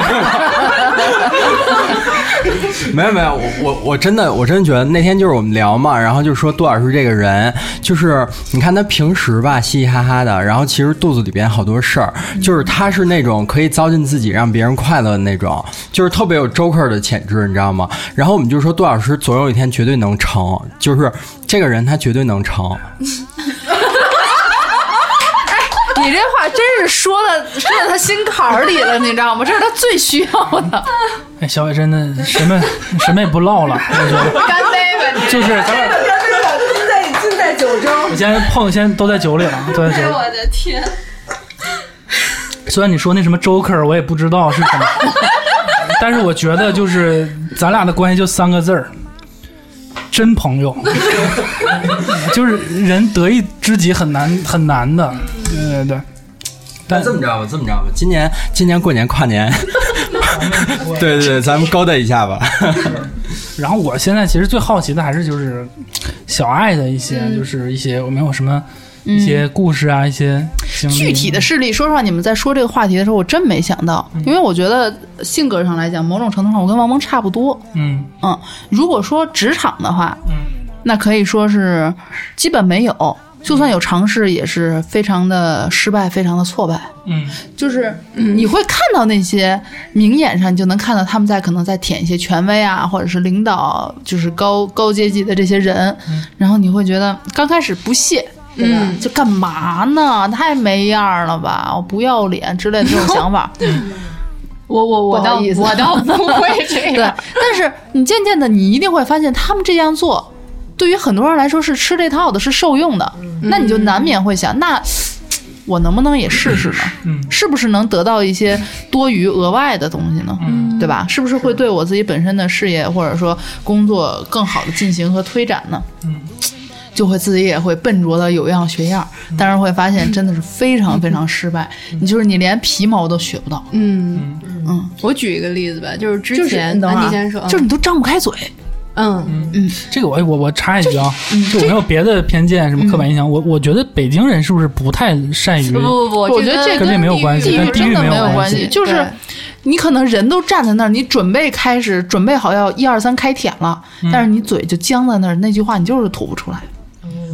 Speaker 5: 没有没有，我我我真的我真的觉得那天就是我们聊嘛，然后就说杜老师这个人，就是你看他平时吧嘻嘻哈哈的，然后其实肚子里边好多事儿，就是他是那种可以糟践自己让别人快乐的那种，就是特别有 Joker 的潜质，你知道吗？然后我们就说杜老师总有一天绝对能成，就是这个人他绝对能成，
Speaker 3: 你这话真是说的说到他心坎儿里了，你知道吗？这是他最需要的。
Speaker 4: 哎，小伟真的什么什么也不唠了，我觉得
Speaker 3: 干杯吧！
Speaker 4: 就是咱俩
Speaker 7: 尽在尽在九州。
Speaker 4: 我先碰，先都在酒里了，都在酒里。
Speaker 2: 我的天！
Speaker 4: 虽然你说那什么 Joker 我也不知道是什么，但是我觉得就是咱俩的关系就三个字儿，真朋友。 就是人得一知己很难很难的，对对对。但
Speaker 5: 这么着吧，这么着吧，今年今年过年跨年， 对对对，咱们勾搭一下吧。
Speaker 4: 然后我现在其实最好奇的还是就是小爱的一些，就是一些有没有什么一些故事啊，一些经历
Speaker 3: 具体的事例，说实话，你们在说这个话题的时候，我真没想到，因为我觉得性格上来讲，某种程度上我跟王蒙差不多。
Speaker 4: 嗯
Speaker 3: 嗯，如果说职场的话，
Speaker 4: 嗯
Speaker 3: 那可以说是基本没有，就算有尝试，也是非常的失败，非常的挫败。
Speaker 4: 嗯
Speaker 3: 就是嗯你会看到那些明眼上，你就能看到他们在可能在舔一些权威啊，或者是领导，就是高高阶级的这些人，
Speaker 2: 嗯
Speaker 3: 然后你会觉得刚开始不屑。嗯，就干嘛呢？太没样儿了吧！我不要脸之类的这种想法，
Speaker 2: 我我我
Speaker 3: 不好
Speaker 2: 倒
Speaker 3: 意思
Speaker 2: 我倒不会 这
Speaker 3: 对
Speaker 2: 样。。
Speaker 3: 但是你渐渐的，你一定会发现，他们这样做，
Speaker 2: 嗯
Speaker 3: 对于很多人来说是吃这套的，是受用的。那你就难免会想，那我能不能也试试呢？
Speaker 4: 嗯
Speaker 3: 是不是能得到一些多余额外的东西呢？
Speaker 4: 嗯
Speaker 3: 对吧？是不是会对我自己本身的事业或者说工作更好的进行和推展呢？
Speaker 4: 嗯，
Speaker 3: 就会自己也会笨拙的有样学样，但是会发现真的是非常非常失败。你就是你连皮毛都学不到，
Speaker 2: 嗯，
Speaker 3: 嗯，
Speaker 2: 我举一个例子吧，就是之
Speaker 3: 就是
Speaker 2: 前
Speaker 3: 你等会儿
Speaker 2: 安
Speaker 3: 啊
Speaker 2: 迪先嗯说，
Speaker 3: 就是你都张不开嘴，
Speaker 2: 嗯
Speaker 4: 这个我我我插一句啊，就我没有别的偏见，什么刻板印象，我我觉得北京人是不是不太善于
Speaker 2: 不不不，
Speaker 3: 我觉得这
Speaker 4: 跟这没有关系
Speaker 3: 地
Speaker 4: 跟
Speaker 3: 域
Speaker 4: 地域
Speaker 3: 真的
Speaker 4: 没有
Speaker 3: 有
Speaker 4: 关
Speaker 3: 关
Speaker 4: 系
Speaker 3: 系，就是
Speaker 2: 对
Speaker 3: 你可能人都站在那儿，你准备开始，准备好要一二三开舔了，
Speaker 4: 嗯
Speaker 3: 但是你嘴就僵在那儿，那句话你就是吐不出来。
Speaker 4: 嗯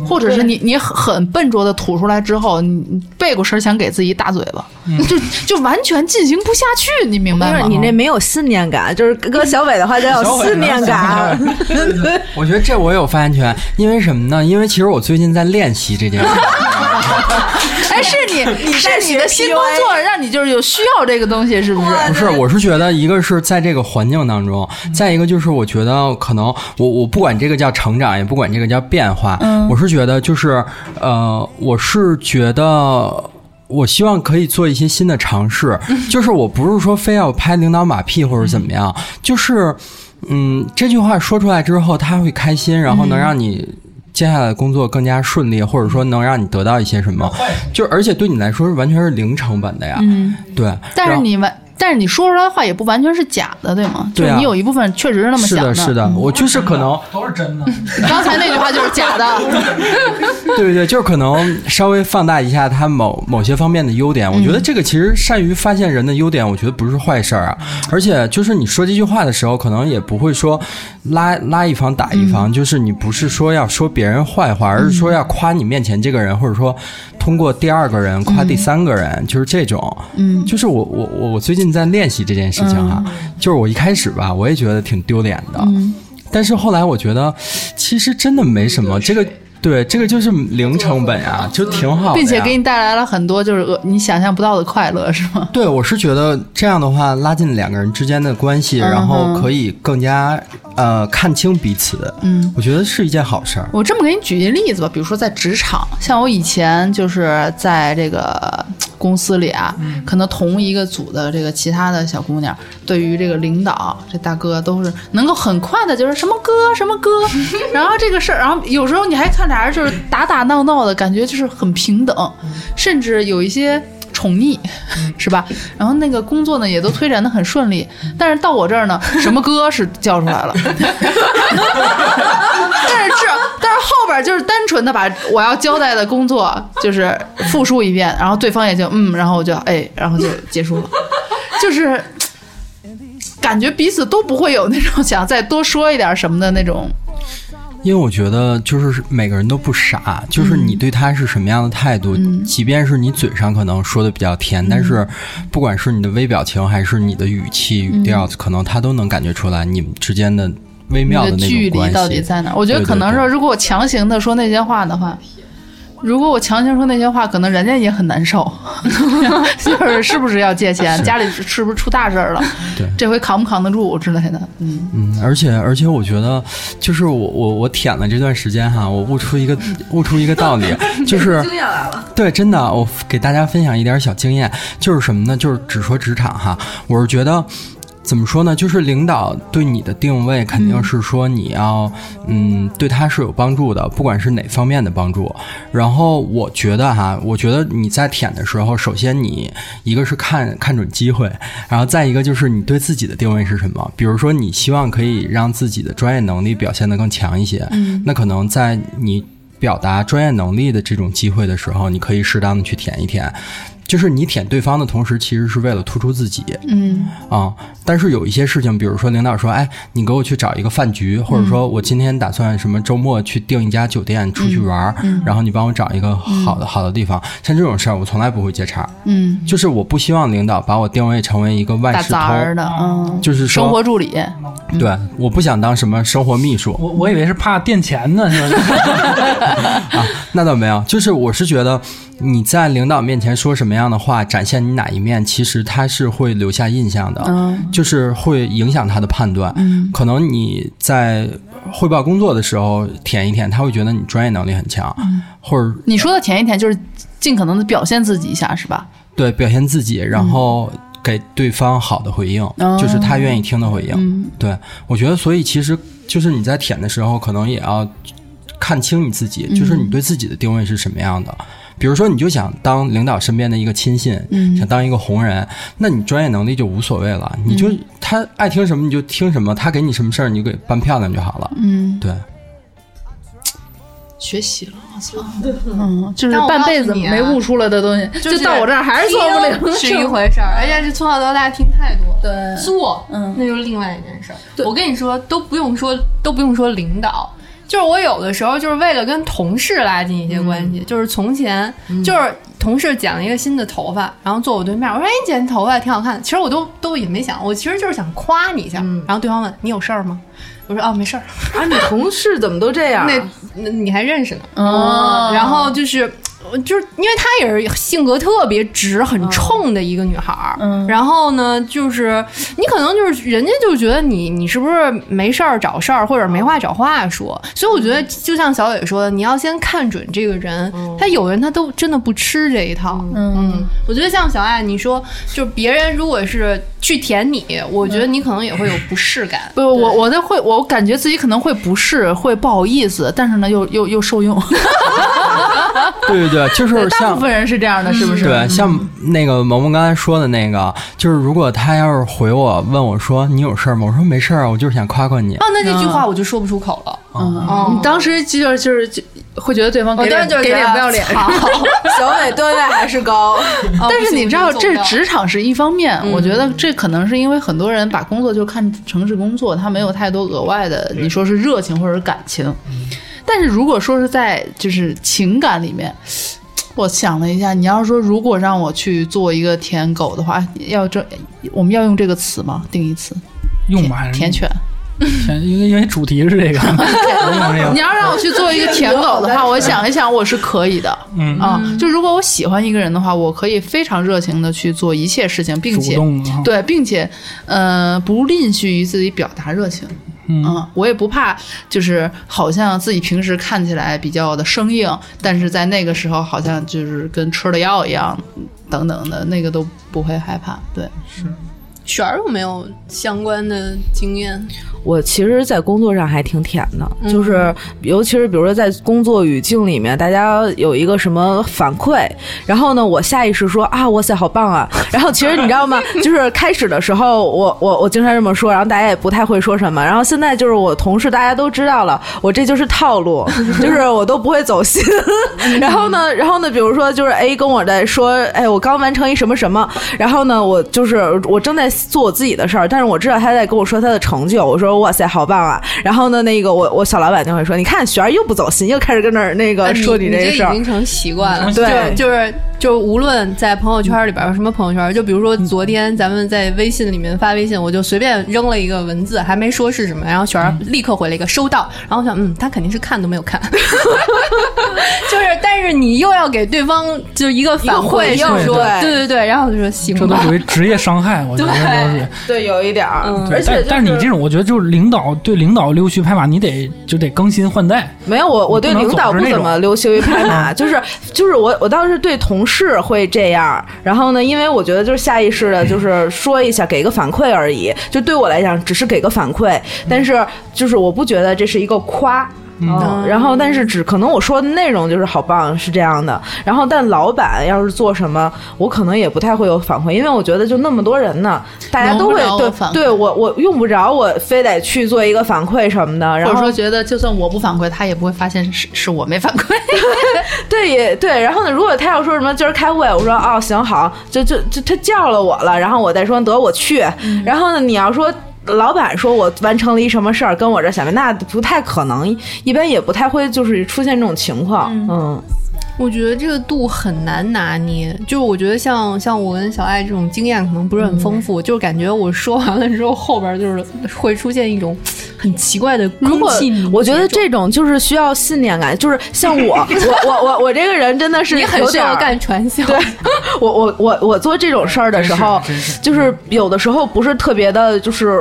Speaker 3: 或者是你你很很笨拙的吐出来之后，你你背过身想给自己一大嘴巴，
Speaker 4: 嗯
Speaker 3: 就就完全进行不下去，你明白
Speaker 7: 就
Speaker 3: 吗
Speaker 7: 是？你那没有信念感，就是搁小伟的话叫有信念感。
Speaker 5: 我觉得这我有发言权，因为什么呢？因为其实我最近在练习这件事。
Speaker 3: 哎，是 你是
Speaker 7: 在
Speaker 3: 你
Speaker 7: 学
Speaker 3: 的新工
Speaker 7: PUA
Speaker 3: 作让你就是有需要这个东西，是不是？
Speaker 5: 不是，我是觉得一个是在这个环境当中，
Speaker 3: 嗯
Speaker 5: 再一个就是我觉得可能我我不管这个叫成长，也不管这个叫变化，
Speaker 3: 嗯
Speaker 5: 我是觉得就是呃，我是觉得。我希望可以做一些新的尝 试，就是我不是说非要拍领导马屁或者怎么样，就是，嗯，这句话说出来之后他会开心，然后
Speaker 3: 嗯
Speaker 5: 能让你接下来的工作更加顺利，或者说能让你得到一些什么，就而且对你来说是完全是零成本的呀，
Speaker 3: 嗯，
Speaker 5: 对。
Speaker 3: 但
Speaker 5: 然
Speaker 3: 是
Speaker 5: 后
Speaker 3: 你完，但是你说出来的话也不完全是假的，对吗？
Speaker 5: 对啊
Speaker 3: 就是你有一部分确实是那么嗯
Speaker 5: 是
Speaker 3: 想
Speaker 5: 的，是的，我就是可能，
Speaker 4: 都是真的。
Speaker 3: 刚才那句话就是假的，
Speaker 5: 对对对，就是可能稍微放大一下他某某些方面的优
Speaker 3: 嗯
Speaker 5: 点。我觉得这个其实善于发现人的优点，我觉得不是坏事儿啊。
Speaker 3: 嗯
Speaker 5: 而且就是你说这句话的时候，可能也不会说拉拉一防打一
Speaker 3: 嗯
Speaker 5: 防，就是你不是说要说别人坏话，而是说要夸你面前这个人，或者说通过第二个人夸第三个人，就是这种。
Speaker 3: 嗯，
Speaker 5: 就是我我我我最近在练习这件事情哈、就是我一开始吧，我也觉得挺丢脸的，
Speaker 3: 嗯
Speaker 5: 但是后来我觉得其实真的没什么，这个对这个就是零成本
Speaker 3: 嗯
Speaker 5: 啊，就挺好的呀，
Speaker 3: 并且给你带来了很多就是呃你想象不到的快乐，是吗？
Speaker 5: 对我是觉得这样的话拉近两个人之间的关系，
Speaker 3: 嗯
Speaker 5: 然后可以更加呃看清彼此，嗯，我觉得是一件好事儿。
Speaker 3: 我这么给你举一例子吧，比如说在职场，像我以前就是在这个呃公司里啊，可能同一个组的这个其他的小姑娘，对于这个领导这大哥都是能够很快的，就是什么哥什么哥，然后这个事儿，然后有时候你还看俩人就是打打闹闹的感觉，就是很平等，甚至有一些。宠溺，是吧？然后那个工作呢，也都推展的很顺利。但是到我这儿呢，什么哥是叫出来了，但是这，但是后边就是单纯的把我要交代的工作就是复述一遍，然后对方也就嗯，然后我就哎，然后就结束了，就是感觉彼此都不会有那种想再多说一点什么的那种。
Speaker 5: 因为我觉得，就是每个人都不傻，就是你对他是什么样的态度，
Speaker 3: 嗯
Speaker 5: 即便是你嘴上可能说的比较甜，但是不管是你的微表情还是你的语气语调，
Speaker 3: 嗯
Speaker 5: 可能他都能感觉出来你们之间的微妙
Speaker 3: 你
Speaker 5: 那
Speaker 3: 距
Speaker 5: 种关
Speaker 3: 离
Speaker 5: 系。
Speaker 3: 到底在哪儿？我觉得
Speaker 5: 对对
Speaker 3: 可能
Speaker 5: 对
Speaker 3: 是，如果我强行的说那些话的话，如果我强行说那些话，可能人家也很难受， 就是是不是要借钱，家里是不是出大事儿了，
Speaker 5: 对
Speaker 3: 这回扛不扛得住之类的，嗯，
Speaker 5: 嗯，而且而且，我觉得就是我我我舔了这段时间哈，我悟出一个悟出一个道理，就是
Speaker 7: 经验来了，
Speaker 5: 对，真的，我给大家分享一点小经验，就是什么呢？就是只说职场哈，我是觉得。怎么说呢？就是领导对你的定位肯定是说你要，嗯对他是有帮助的，不管是哪方面的帮助。然后我觉得哈，我觉得你在舔的时候，首先你一个是看看准机会，然后再一个就是你对自己的定位是什么。比如说，你希望可以让自己的专业能力表现得更强一些，那可能在你表达专业能力的这种机会的时候，你可以适当的去舔一舔。就是你舔对方的同时，其实是为了突出自己，嗯啊、但是有一些事情，比如说领导说，哎，你给我去找一个饭局，或者说我今天打算什么周末去订一家酒店出去玩儿，
Speaker 3: 嗯
Speaker 5: 然后你帮我找一个好的、好的地方。像这种事儿，我从来不会接茬。嗯，就是我不希望领导把我定位成为一个万
Speaker 3: 打
Speaker 5: 事
Speaker 3: 杂儿
Speaker 5: 通，
Speaker 3: 的，嗯，
Speaker 5: 就是说
Speaker 3: 生活助理，
Speaker 5: 对，我不想当什么生活秘书。
Speaker 4: 我我以为是怕垫钱呢，是吧？
Speaker 5: 那倒没有，就是我是觉得你在领导面前说什么样的话，展现你哪一面，其实他是会留下印象的，就是会影响他的判断。可能你在汇报工作的时候舔一舔，他会觉得你专业能力很强，或者
Speaker 3: 你说的舔一舔就是尽可能的表现自己一下，是吧？
Speaker 5: 对表现自己，然后给对方好的回应，
Speaker 3: 嗯哦
Speaker 5: 就是他愿意听的回应。
Speaker 3: 嗯
Speaker 5: 对我觉得，所以其实就是你在舔的时候，可能也要看清你自己，
Speaker 3: 嗯
Speaker 5: 就是你对自己的定位是什么样的。比如说，你就想当领导身边的一个亲信，
Speaker 3: 嗯
Speaker 5: 想当一个红人，那你专业能力就无所谓了，你就、他爱听什么你就听什么，他给你什么事儿你就给办漂亮就好了。
Speaker 3: 嗯，
Speaker 5: 对，
Speaker 3: 学习了，我操，嗯，就是
Speaker 2: 但我告诉
Speaker 3: 半辈子
Speaker 2: 你啊
Speaker 3: 没悟出来的东西，
Speaker 2: 就是
Speaker 3: 到我这儿还是做不了，
Speaker 2: 是一回 事儿，而且是从小到大听太多了。
Speaker 3: 对
Speaker 2: 做，
Speaker 3: 嗯
Speaker 2: 那就是另外一件事儿。我跟你说，都不用说，都不用说领导，就是我有的时候就是为了跟同事拉近
Speaker 3: 嗯
Speaker 2: 一些关系，就是从前、就是同事剪了一个新的头发，然后坐我对面，我说哎，你剪头发挺好看的，其实我都都也没想，我其实就是想夸你一下，
Speaker 3: 嗯
Speaker 2: 然后对方问你有事儿吗？我说哦，没事儿。
Speaker 7: 啊，你同事怎么都这样？啊
Speaker 2: 那那你还认识呢？
Speaker 3: 哦
Speaker 2: 啊然后就是。呃就是因为她也是性格特别直、很冲的一个女孩儿，
Speaker 3: 嗯
Speaker 2: 然后呢，就是你可能就是人家就觉得你你是不是没事儿找事儿，或者没话找话说，所以我
Speaker 3: 嗯
Speaker 2: 觉得就像小伟说的，你要先看准这个人，他有人他都真的不吃这一套，
Speaker 3: 嗯，
Speaker 2: 嗯，我觉得像小爱你说，就别人如果是去舔你，我觉得你可能也会有不适感，
Speaker 3: 不，我我的会，我感觉自己可能会不是，会不好意思，但是呢，又又又受用。
Speaker 5: 对对对，就是
Speaker 3: 大
Speaker 5: 像
Speaker 3: 部分人是这样的，是不嗯是？
Speaker 5: 对，像那个萌萌刚才说的那个，就是如果他要是回我问我说你有事儿吗？我说没事儿啊，我就是想夸夸你。
Speaker 2: 哦，那这句话我就说不出口了。
Speaker 3: 嗯，你当时就是就是就会觉得对方
Speaker 2: 哦
Speaker 3: 给
Speaker 7: 我当
Speaker 3: 脸
Speaker 7: 时就是
Speaker 3: 给脸
Speaker 7: 觉得
Speaker 3: 不要 脸，
Speaker 2: 好，
Speaker 7: 小伟段位还是高，
Speaker 3: 但是你知道，这
Speaker 2: 是
Speaker 3: 职场是一方面，我觉得这可能是因为很多人把工作就看成是工作，他没有太多额外的，你说是热情或者是感情。
Speaker 4: 嗯
Speaker 3: 但是如果说是在就是情感里面，我想了一下，你要说如果让我去做一个舔狗的话，要这我们要用这个词吗？定义词，
Speaker 4: 用吧，还是
Speaker 3: 舔犬。
Speaker 4: 舔，因为因为主题是这个，不用这个
Speaker 3: 你要让我去做一个舔狗的话，我想一想，我是可以的。
Speaker 4: 嗯
Speaker 3: 啊，就如果我喜欢一个人的话，我可以非常热情的去做一切事情，并
Speaker 4: 主
Speaker 3: 且
Speaker 4: 动啊，
Speaker 3: 对，并且呃不吝惜于自己表达热情。啊
Speaker 4: 嗯
Speaker 3: 我也不怕，就是好像自己平时看起来比较的生硬，但是在那个时候好像就是跟吃了药一样，等等的那个都不会害怕。对，
Speaker 2: 璇儿有没有相关的经验？
Speaker 7: 我其实，在工作上还挺舔的，就是尤其是比如说在工作语境里面，大家有一个什么反馈，然后呢，我下意识说啊，哇塞，好棒啊！ 然后其实你知道吗？就是开始的时候，我我我经常这么说，然后大家也不太会说什么。然后现在就是我同事大家都知道了，我这就是套路，就是我都不会走心。
Speaker 2: 嗯
Speaker 7: 然后呢，然后呢，比如说就是 A 跟我在说，哎，我刚完成一什么什么，然后呢，我就是我正在做我自己的事儿，但是我知道他在跟我说他的成就，我说哇塞，好棒啊！然后呢，那个我我小老板就会说，你看璇儿又不走心，又开始跟那儿那个说
Speaker 2: 哎你
Speaker 7: 这事
Speaker 2: 已
Speaker 7: 儿
Speaker 2: 经，成习惯了。
Speaker 4: 嗯
Speaker 7: 对
Speaker 2: 就就是就是，无论在朋友圈里边有什么朋友圈，就比如说昨天咱们在微信里面发微信，我就随便扔了一个文字，还没说是什么，然后璇儿立刻回了一个收到，然后我想，嗯，他肯定是看都没有看， 就是，但是你又要给对方就是一个反
Speaker 7: 一个回
Speaker 2: 馈，
Speaker 7: 应
Speaker 2: 是说，对
Speaker 7: 对
Speaker 2: 对对，然后我就说行
Speaker 4: 这都
Speaker 2: 吧，
Speaker 4: 属于职业伤害，我觉得都是。
Speaker 7: 对，有一点儿，而
Speaker 4: 嗯
Speaker 2: 嗯
Speaker 4: 对，
Speaker 7: 且
Speaker 4: 但
Speaker 7: 就
Speaker 4: 但是你这种，我觉得就是领导对领导溜须拍马，你得就得更新换代。
Speaker 7: 没有我，我对
Speaker 4: 不能
Speaker 7: 领导
Speaker 4: 总
Speaker 7: 不
Speaker 4: 是那
Speaker 7: 怎
Speaker 4: 种
Speaker 7: 么溜须于拍
Speaker 3: 嗯
Speaker 7: 马，就是就是我我倒是对同事会这样，然后呢，因为我觉得就是下意识的，就是说一下，给个反馈而已，就对我来讲只是给个反
Speaker 3: 嗯
Speaker 7: 馈，但是就是我不觉得这是一个夸。嗯，然后但是只可能我说的内容就是好棒是这样的，然后但老板要是做什么，我可能也不太会有反馈，因为我觉得就那么多人呢，大家
Speaker 3: 轮
Speaker 7: 都
Speaker 3: 不
Speaker 7: 会
Speaker 3: 着我
Speaker 7: 对
Speaker 3: 反馈
Speaker 7: 对我我用不着我非得去做一个反馈什么的，然
Speaker 3: 或
Speaker 7: 后
Speaker 3: 者说觉得就算我不反馈，他也不会发现是是我没反馈。
Speaker 7: 对，也对。然后呢，如果他要说什么今儿开会，我说哦行好，就就就他叫了我了，然后我再说得我去。
Speaker 2: 嗯
Speaker 7: 然后呢，你要说。老板说我完成了一什么事儿，跟我这想面，那不太可能，一一般也不太会就是出现这种情况。嗯，
Speaker 2: 我觉得这个度很难拿捏，就是我觉得像像我跟小爱这种经验可能不是很丰
Speaker 7: 嗯
Speaker 2: 富，就是感觉我说完了之后，后边就是呃会出现一种很奇怪的
Speaker 7: 如
Speaker 2: 空
Speaker 7: 果
Speaker 2: 气凝结
Speaker 7: 我觉得这种就是需要信念感，就是像我，我我我我这个人真的是
Speaker 2: 你很
Speaker 7: 有
Speaker 2: 适
Speaker 7: 点
Speaker 2: 合
Speaker 7: 儿
Speaker 2: 干传销，
Speaker 7: 对我我我我做这种事儿的时候
Speaker 4: 真是真是，
Speaker 7: 就是有的时候不是特别的，就是。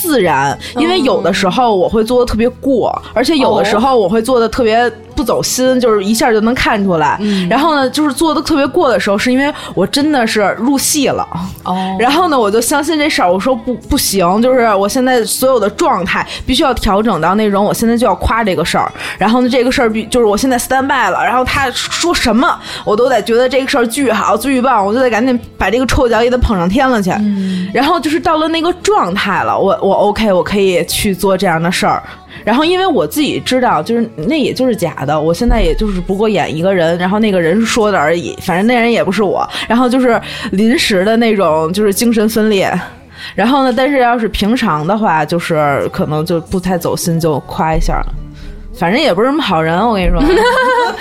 Speaker 7: 自然，因为有的时候我会做的特别过，而且有的时候我会做的特别不走心，就是一下就能看出来。然后呢，就是做的特别过的时候，是因为我真的是入戏了。
Speaker 6: 哦
Speaker 7: 然后呢，我就相信这事儿，我说不不行，就是我现在所有的状态必须要调整到那种，我现在就要夸这个事儿。然后呢，这个事儿必就是我现在 stand by 了，然后他说什么我都得觉得这个事儿巨好巨棒，我就得赶紧把这个臭脚也得捧上天了去。然后就是到了那个状态了，我我 OK，我可以去做这样的事儿。然后，因为我自己知道，就是那也就是假的，我现在也就是不过演一个人，然后那个人是说的而已，反正那人也不是我，然后就是临时的那种，就是精神分裂。然后呢，但是要是平常的话，就是可能就不太走心，就夸一下，反正也不是什么好人，我跟你说，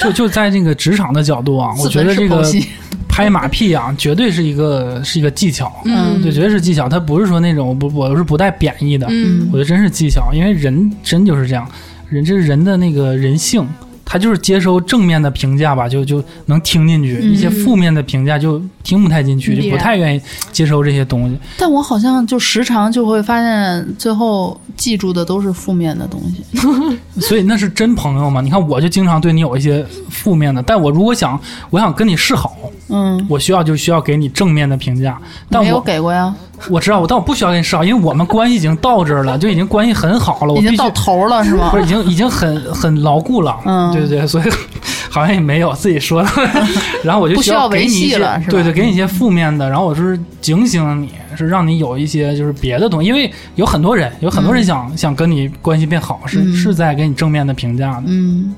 Speaker 4: 就就在这个职场的角度啊，我 觉得这个
Speaker 3: 自焚式剖析
Speaker 4: 拍马屁啊，绝对是一个是一个技巧，啊
Speaker 2: 嗯
Speaker 4: 对，绝对是技巧。它不是说那种不，我是不带贬义的，
Speaker 2: 嗯
Speaker 4: 我觉得真是技巧，因为人真就是这样，人这是人的那个人性，他就是接收正面的评价吧，就就能听进去；一些负面的评价就听不太进去，就
Speaker 2: 必
Speaker 4: 不
Speaker 2: 然
Speaker 4: 太愿意接收这些东西。
Speaker 3: 但我好像就时常就会发现，最后记住的都是负面的东西。
Speaker 4: 所以那是真朋友嘛？你看，我就经常对你有一些负面的，但我如果想我想跟你示好，
Speaker 3: 嗯，
Speaker 4: 我需要就需要给你正面的评价，但
Speaker 3: 没有
Speaker 4: 我
Speaker 3: 给过呀，
Speaker 4: 我知道，我但我不需要跟你示好，因为我们关系已经到这儿了，就已经关系很好了，我
Speaker 3: 已
Speaker 4: 必
Speaker 3: 经
Speaker 4: 须
Speaker 3: 到头了是 吗
Speaker 4: 不？是已经已经很很牢固了，
Speaker 3: 嗯
Speaker 4: 对对对，所以好像也没有自己说的， 然后我就
Speaker 3: 不需要
Speaker 4: 给
Speaker 3: 维
Speaker 4: 你
Speaker 3: 系
Speaker 4: 一些
Speaker 3: 了是吧
Speaker 4: 对对，给你一些负面的，然后我是警醒你，是让你有一些就是别的东西，因为有很多人有很
Speaker 3: 嗯
Speaker 4: 多人想、想跟你关系变好，是、是在给你正面的评价的，
Speaker 3: 嗯，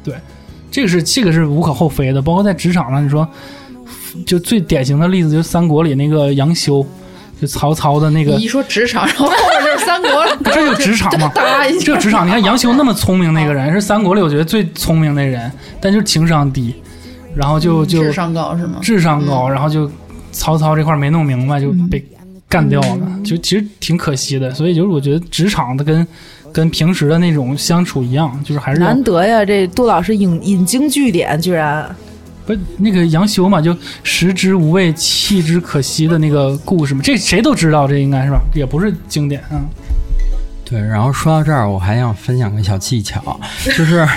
Speaker 4: 这个是这个是无可厚非的，包括在职场上，你说就最典型的例子就是三国里那个杨修，就曹操的那个
Speaker 3: 你一说职场，然后后面就是三国，
Speaker 4: 这就是职场嘛
Speaker 3: 打一
Speaker 4: 这职场，你看杨修那么聪明那个
Speaker 3: 哦
Speaker 4: 人，是三国里我觉得最聪明的人，但就是情商低，然后就就
Speaker 3: 嗯智商嗯高是吗？
Speaker 4: 智商高，然后就曹操这块没弄明白就
Speaker 3: 嗯
Speaker 4: 被干掉了，就其实挺可惜的。所以就是我觉得职场的跟跟平时的那种相处一样，就是还是要
Speaker 7: 难得呀，这杜老师引引经据典，居然
Speaker 4: 不是那个杨修嘛，就食之无味，弃之可惜的那个故事嘛，这谁都知道，这应该是吧？也不是经典啊。
Speaker 5: 对，然后说到这儿，我还想分享个小技巧，就是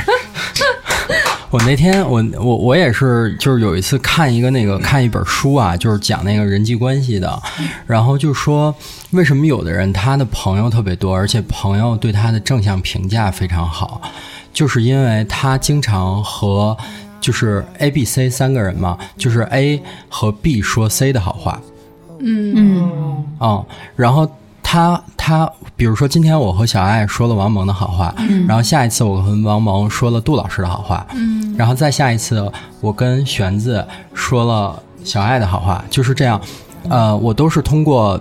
Speaker 5: 我那天我我我也是，就是有一次看一个那个看一本书啊，就是讲那个人际关系的，然后就说为什么有的人他的朋友特别多，而且朋友对他的正向评价非常好，就是因为他经常和就是 A、B、C 三个人嘛，就是 A 和 B 说 C 的好话，
Speaker 3: 嗯
Speaker 5: 嗯，然后他他，比如说今天我和小爱说了王蒙的好话，然后下一次我跟王蒙说了杜老师的好话，嗯，然后再下一次我跟玄子说了小爱的好话，就是这样，呃，我都是通过。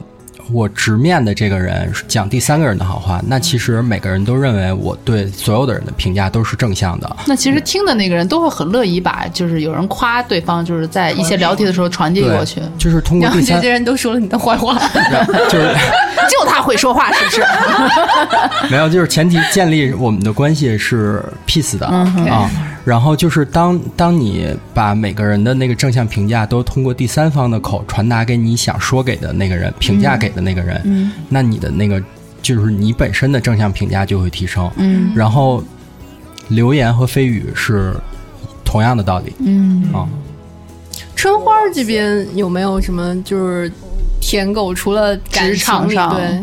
Speaker 5: 我直面的这个人讲第三个人的好话，那其实每个人都认为我对所有的人的评价都是正向的，
Speaker 3: 那其实听的那个人都会很乐意把，就是有人夸对方，就是在一些聊天的时候传递
Speaker 5: 对
Speaker 3: 过去。，
Speaker 5: 就是通过
Speaker 2: 然后
Speaker 5: 第
Speaker 2: 这
Speaker 5: 三，
Speaker 2: 些人都说了你的坏 话，
Speaker 5: 就是
Speaker 3: 就他会说话，是不是？
Speaker 5: 没有，就是前提建立我们的关系是 peace 的
Speaker 3: 嗯
Speaker 5: 啊、然后就是当当你把每个人的那个正向评价都通过第三方的口传达给你想说给的那个人，评价给的那个人，那你的那个就是你本身的正向评价就会提升。
Speaker 3: 嗯
Speaker 5: 然后流言和蜚语是同样的道理
Speaker 3: 嗯，
Speaker 5: 啊、
Speaker 2: 春花儿这边有没有什么就是舔狗除了感情
Speaker 3: 职场
Speaker 2: 里
Speaker 3: 上
Speaker 2: 对，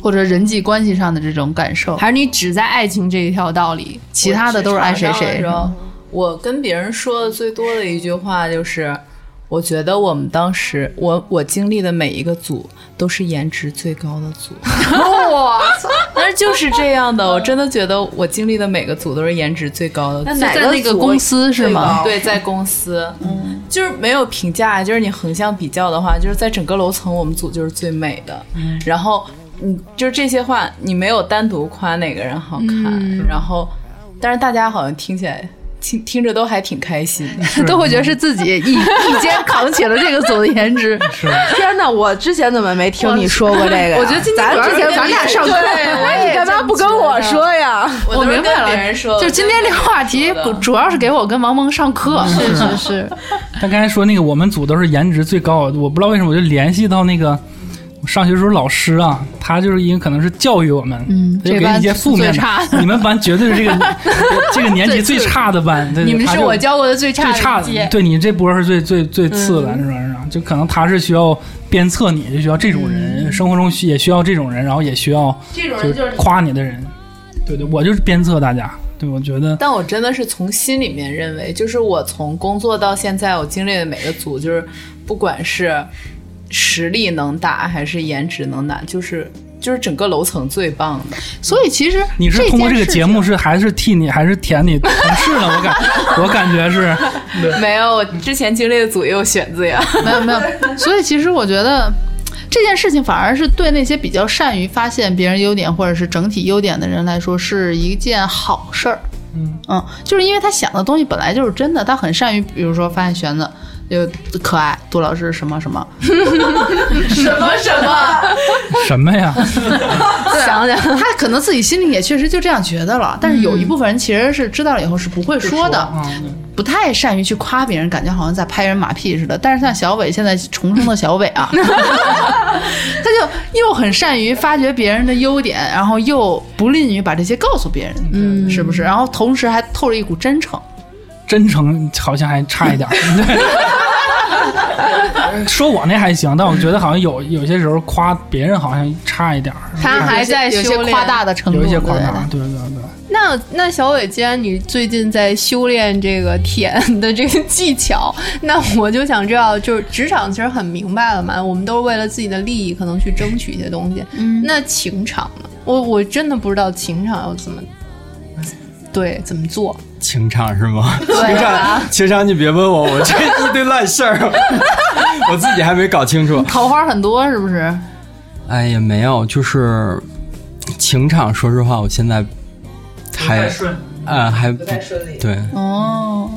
Speaker 3: 或者人际关系上的这种感受，
Speaker 2: 还是你只在爱情这一条道里？
Speaker 3: 其他的都是爱谁嗯谁。
Speaker 6: 我跟别人说的最多的一句话就是，我觉得我们当时我我经历的每一个组都是颜值最高的 组。
Speaker 2: 哇，
Speaker 6: 但是就是这样的，我真的觉得我经历的每个组都是颜值最高的组。
Speaker 3: 就在那个公司是
Speaker 7: 嗯
Speaker 3: 吗？
Speaker 6: 对，在公司，嗯，就是没有评价，就是你横向比较的话，就是在整个楼层，我们组就是最美的。嗯，然后，嗯，就是这些话，你没有单独夸哪个人好看，然后，但是大家好像听起来。听听着都还挺开心的，
Speaker 3: 都会觉得是自己一一肩扛起了这个组的颜 值。
Speaker 7: 天哪！我之前怎么没听你说过这个呀？啊
Speaker 3: 我觉得今天
Speaker 7: 咱
Speaker 3: 主要
Speaker 7: 之
Speaker 3: 是
Speaker 7: 前
Speaker 3: 咱俩上课
Speaker 7: 那 你干嘛不跟我说呀？
Speaker 6: 都
Speaker 3: 我
Speaker 6: 是
Speaker 3: 明白
Speaker 6: 跟
Speaker 3: 了，
Speaker 6: 别人说
Speaker 3: 就是今天这个话题主要是给我跟王蒙上课。
Speaker 2: 是是是，
Speaker 4: 但刚才说那个我们组都是颜值最高，我不知道为什么我就联系到那个。上学时候老师啊，他就是因为可能是教育我们，
Speaker 3: 嗯
Speaker 4: 他就给
Speaker 3: 这
Speaker 4: 你
Speaker 3: 班
Speaker 4: 一些负面
Speaker 3: 最差
Speaker 4: 的。 你们班绝对是这个这个年级最差的班，对对
Speaker 2: 你们
Speaker 4: 他
Speaker 2: 是
Speaker 4: 就
Speaker 2: 我教过的最差
Speaker 4: 最
Speaker 2: 的
Speaker 4: 差
Speaker 2: 一届
Speaker 4: 的，对你这波是最最最次的，是吧？是吧就可能他是需要鞭策你，就需要这种人，生活中需也需要这种人，然后也需要
Speaker 7: 这种
Speaker 4: 就夸你的人。对对，我就是鞭策大家。对，我觉得
Speaker 6: 但我真的是从心里面认为，就是我从工作到现在，我经历的每个组，就是不管是实力能打还是颜值能打，就是就是整个楼层最棒的。
Speaker 3: 所以其实
Speaker 4: 你是通过这
Speaker 3: 件
Speaker 4: 个
Speaker 3: 事
Speaker 4: 节目是还是替你还是舔你同事呢？我感我感觉是，
Speaker 6: 没有，我之前经历的组也有选子呀。
Speaker 3: 没有没有，所以其实我觉得这件事情反而是对那些比较善于发现别人优点或者是整体优点的人来说是一件好事儿。
Speaker 4: 嗯
Speaker 3: 就是因为他想的东西本来就是真的，他很善于，比如说发现玄子有可爱，杜老师什么什 么，
Speaker 4: 什么呀？
Speaker 2: 想想，
Speaker 3: 他可能自己心里也确实就这样觉得了，但是有一部分人其实是知道了以后是不会说的，
Speaker 4: 啊，
Speaker 3: 不太善于去夸别人，感觉好像在拍人马屁似的。但是像小伟现在重生的小伟 啊， 他就又很善于发掘别人的优点，然后又不吝于把这些告诉别人，嗯，是不是？然后同时还透着一股真诚，
Speaker 4: 真诚好像还差一点儿。 对说我那还行，但我觉得好像有有些时候夸别人好像差一点儿，
Speaker 2: 他还在
Speaker 3: 有些
Speaker 2: 修
Speaker 3: 有些
Speaker 2: 炼。
Speaker 3: 夸大的程度，
Speaker 4: 有一些
Speaker 3: 对
Speaker 4: 夸
Speaker 3: 对
Speaker 4: 大
Speaker 3: 对。
Speaker 4: 对对对。
Speaker 2: 那那小伟，既然你最近在修炼这个舔的这个技巧，那我就想知道，就是职场其实很明白了嘛，我们都是为了自己的利益可能去争取一些东西。嗯，那情场呢？我我真的不知道情场要怎么。对，怎么做？
Speaker 5: 情场是吗？
Speaker 2: 对啊，
Speaker 5: 情场你别问我，我这一堆烂事儿，我自己还没搞清楚。
Speaker 3: 桃花很多是不是？
Speaker 5: 哎，也没有，就是情场，说实话，我现在还啊还不对，
Speaker 3: 哦，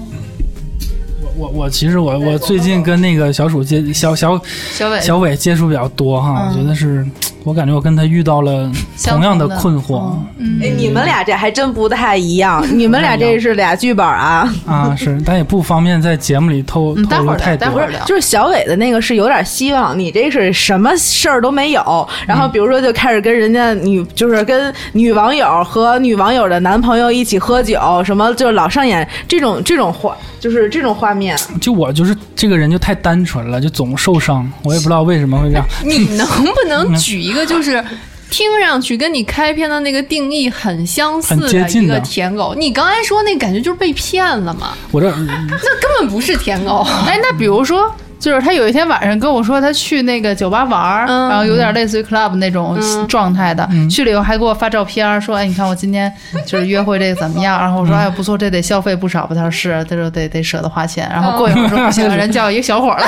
Speaker 4: 我我我其实我我最近跟那个小鼠接小小
Speaker 3: 小伟
Speaker 4: 小伟接触比较多哈，我觉得是，我感觉我跟他遇到了
Speaker 3: 相
Speaker 4: 同样的
Speaker 3: 同的
Speaker 4: 困惑
Speaker 7: 哎，
Speaker 4: 嗯
Speaker 7: 你们俩这还真不太 一样，你们俩这是俩剧本啊。
Speaker 4: 啊，是，但也不方便在节目里透
Speaker 3: 嗯
Speaker 4: 透
Speaker 3: 待会
Speaker 4: 露
Speaker 3: 儿聊
Speaker 4: 太多
Speaker 3: 待会。儿聊。
Speaker 7: 就是小伟的那个是有点希望，你这是什么事儿都没有，然
Speaker 4: 嗯
Speaker 7: 后比如说就开始跟人家女，就是跟女网友和女网友的男朋友一起喝酒，什么就老上演这种这种画，就是这种画面。
Speaker 4: 就我就是这个人就太单纯了，就总受伤，我也不知道为什么会这样。
Speaker 2: 你能不 能举一个就是？听上去跟你开篇的那个定义很相似
Speaker 4: 很接
Speaker 2: 的
Speaker 4: 近
Speaker 2: 一个
Speaker 4: 的嗯
Speaker 2: 舔狗，你刚才说那感觉就是被骗了嘛？
Speaker 4: 我这
Speaker 2: 那根本不是舔狗。
Speaker 3: 哎，那比如说，就是他有一天晚上跟我说，他去那个酒吧玩儿，
Speaker 2: 嗯
Speaker 3: 然后有点类似于 club 那种状态的，
Speaker 4: 嗯
Speaker 3: 去了以后还给我发照片儿，说，哎，你看我今天就是约会这个怎么样？ 然后我
Speaker 4: 嗯
Speaker 3: 说，哎呀，不错，这得消费不少吧？他说是，他说得得舍得花钱。然后过一会儿
Speaker 4: 嗯
Speaker 3: 说，不行，人叫一个小伙儿来，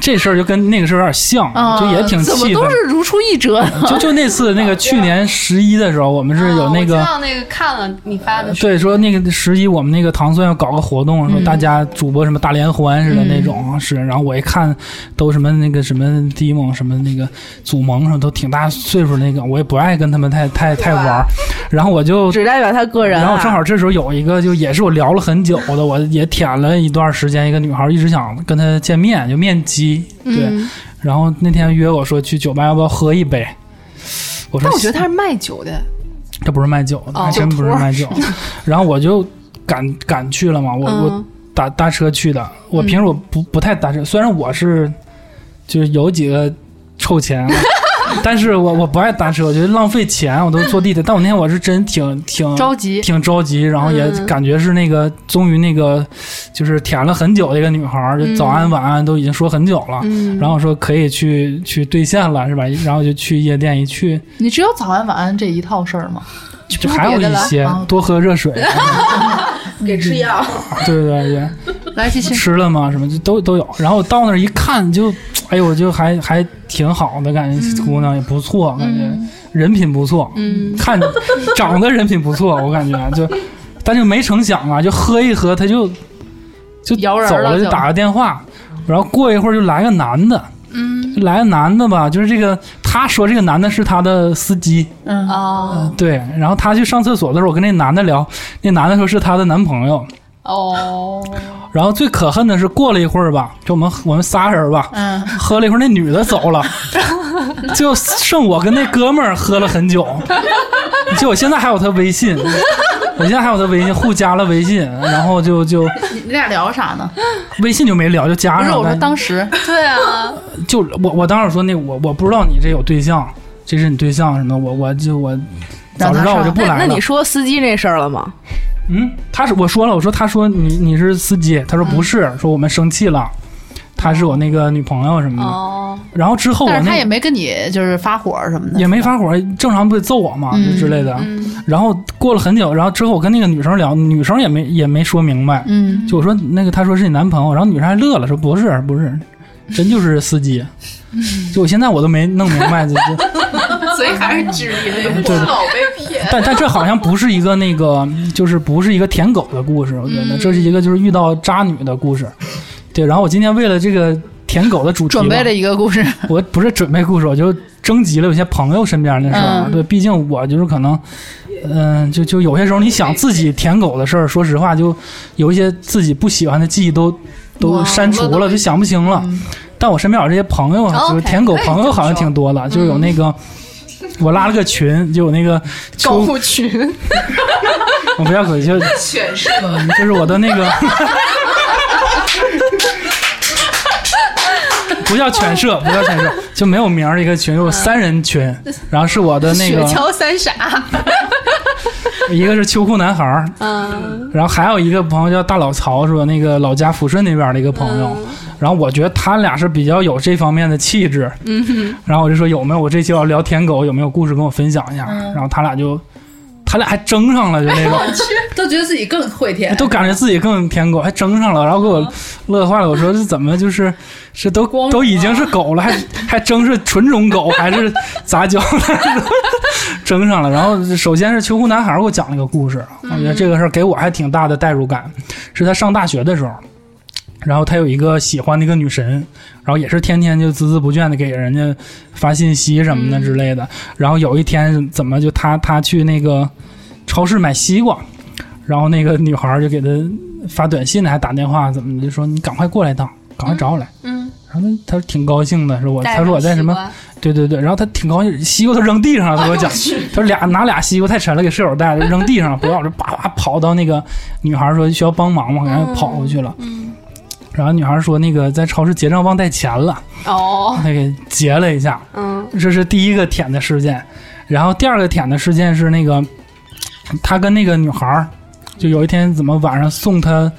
Speaker 4: 这事儿就跟那个事儿有点像，
Speaker 3: 啊
Speaker 4: 就也挺
Speaker 3: 怎么
Speaker 4: 气
Speaker 3: 都
Speaker 4: 愤
Speaker 3: 是。啊如出一辙呢？
Speaker 4: 就就那次 那个去年十一的时候，我们是有
Speaker 3: 哦
Speaker 4: 那个
Speaker 2: 啊我知道那个看了你发的，
Speaker 4: 呃对，说那个十一我们那个糖蒜要搞个活动，说大家主播什么大联欢似的那种、是，然后我一看都什么那个什么 d 蒙什么那个祖萌什么都挺大岁数那个，我也不爱跟他们太太太玩儿，然后我就。
Speaker 7: 只代表他个人、啊。
Speaker 4: 然后正好这时候有一个，就也是我聊了很久的，我也舔了一段时间，一个女孩一直想跟她见面，就面基，
Speaker 2: 嗯
Speaker 4: 对。然后那天约我说去酒吧，要不要喝一杯？我说
Speaker 2: 但我觉得他是卖酒的，哦
Speaker 4: 他不是卖酒的，还真不是卖酒。 然后我就赶赶去了嘛，我、我
Speaker 2: 嗯，
Speaker 4: 打搭车去的。我平时我不不太搭车，虽然我是就是有几个臭钱啊，但是我我不爱搭车，我觉得浪费钱，我都坐地铁。但我那天我是真挺挺
Speaker 3: 着急，
Speaker 4: 挺着急，然后也
Speaker 2: 嗯
Speaker 4: 感觉是那个终于那个就是舔了很久的一个女孩儿，就早安晚安都已经说很久了。
Speaker 2: 嗯，
Speaker 4: 然后说可以去去兑现了是吧？然后就去夜店一去，
Speaker 3: 你只有早安晚安这一套事儿吗？
Speaker 4: 就还有
Speaker 2: 别的
Speaker 4: 一
Speaker 2: 了
Speaker 4: 些
Speaker 3: 啊
Speaker 4: 多喝热水，啊
Speaker 7: 给吃药，
Speaker 4: 对对对，
Speaker 3: 来，继续。
Speaker 4: 吃了吗？什么就都都有。然后到那儿一看就，哎呦，就还还挺好的，感觉姑娘也不错，感觉人品不错，
Speaker 2: 嗯，
Speaker 4: 看长得人品不错，我感觉就，但是没成想啊，就喝一喝他就就
Speaker 3: 摇人
Speaker 4: 走
Speaker 3: 了
Speaker 4: 了，
Speaker 3: 就
Speaker 4: 就打个电话，然后过一会儿就来个男的。嗯，来个男的吧，就是这个，他说这个男的是他的司机，
Speaker 3: 嗯，
Speaker 2: 哦，
Speaker 4: 对，然后他去上厕所的时候，我跟那男的聊，那男的说是他的男朋友，
Speaker 2: 哦，
Speaker 4: 然后最可恨的是，过了一会儿吧，就我们我们仨人吧，
Speaker 3: 嗯，
Speaker 4: 喝了一会儿，那女的走 了，就剩我跟那哥们儿喝了很久。 就我现在还有他微信，我现在还有他微信，互加了微信，然后就就
Speaker 3: 你你俩聊啥呢？
Speaker 4: 微信就没聊，就
Speaker 3: 不
Speaker 4: 加
Speaker 3: 是，
Speaker 4: 上
Speaker 3: 我说
Speaker 4: 了。
Speaker 3: 当时
Speaker 2: 对啊，
Speaker 4: 就我我当时说那我我不知道你这有对象，这是你对象什么？我我就我早知道我就不
Speaker 7: 那
Speaker 4: 来
Speaker 7: 那
Speaker 4: 了
Speaker 7: 你。说司机那事儿了吗？
Speaker 4: 嗯，他是我说了，我说他说你你是司机，他说
Speaker 3: 嗯
Speaker 4: 不是，说我们生气了，他是我那个女朋友什么的。
Speaker 2: 哦，
Speaker 4: 然后之后我
Speaker 3: 但是他
Speaker 4: 那
Speaker 3: 也没跟你就是发火什么的，
Speaker 4: 也没发火，正常不得揍我嘛、
Speaker 3: 嗯
Speaker 4: 之类的。然后过了很久，然后之后我跟那个女生聊，女生也没也没说明白，
Speaker 3: 嗯，
Speaker 4: 就我说那个她说是你男朋友，然后女生还乐了，说不是不是，真就是司机。
Speaker 3: 嗯
Speaker 4: 就我现在我都没弄明白，就 就
Speaker 6: 所以还是智力的，
Speaker 4: 对
Speaker 6: 老被骗。
Speaker 4: 但但这好像不是一个那个，就是不是一个舔狗的故事，我觉
Speaker 3: 嗯
Speaker 4: 得这是一个就是遇到渣女的故事。对，然后我今天为了这个舔狗的主题吧，
Speaker 3: 准备了一个故事，
Speaker 4: 我不是准备故事，我就征集了有些朋友身边的事儿。啊
Speaker 3: 嗯
Speaker 4: 对，毕竟我就是可能，嗯、就就有些时候你想自己舔狗的事儿，说实话，就有一些自己不喜欢的记忆都都
Speaker 2: 哇
Speaker 4: 删除
Speaker 2: 我
Speaker 4: 了，
Speaker 2: 都
Speaker 4: 就想不清了。但我身边有这些朋友，
Speaker 2: OK，
Speaker 4: 就是舔狗朋友好像挺多的，就是有那个。我拉了个群，就有那个
Speaker 2: 购
Speaker 4: 秋，
Speaker 2: 物群，
Speaker 4: 我不要鬼，就
Speaker 6: 犬舍，
Speaker 4: 就是我的那个，不叫犬舍，不叫犬舍，就没有名儿的一个群，有三人群，然后是我的那
Speaker 2: 雪
Speaker 4: 个，
Speaker 2: 橇三傻，
Speaker 4: 一个是秋裤男孩儿，
Speaker 2: 嗯，
Speaker 4: 然后还有一个朋友叫大老曹，是我那个老家抚顺那边的一个朋
Speaker 2: 嗯
Speaker 4: 友。然后我觉得他俩是比较有这方面的气质，嗯、然后我就说有没有我这期要聊舔狗，有没有故事跟我分享一
Speaker 2: 嗯
Speaker 4: 下？然后他俩就，他俩还争上了，就那种。
Speaker 3: 都觉得自己更会舔，
Speaker 4: 都感觉自己更舔狗，还争上了，然后给我乐坏了。我说这怎么就是是都都已经是狗了，还还争是纯种狗还是杂交了？ 争上了。然后首先是秋裤男孩给我讲了一个故事，我觉得这个事儿给我还挺大的代入感，是他上大学的时候。然后他有一个喜欢的一个女神，然后也是天天就孜孜不倦的给人家发信息什么的之类的。然后有一天怎么就他他去那个超市买西瓜，然后那个女孩儿就给他发短信呢，还打电话怎么的，就说你赶快过来一趟，赶快找我来。
Speaker 2: 嗯，
Speaker 4: 然后他他挺高兴的，说我他说我在什么对对对，然后他挺高兴，西瓜都扔地上了。他给我讲，他说俩拿俩西瓜太沉了，给舍友带了，就扔地上了，不要，我就叭叭跑到那个女孩说需要帮忙嘛，然后跑过去了。然后女孩说那个在超市结账忘带钱了，
Speaker 2: 哦，
Speaker 4: 他给结了一下。
Speaker 2: 嗯
Speaker 4: 这是第一个舔的事件，然后第二个舔的事件是那个他跟那个女孩儿，就有一天怎么晚上送她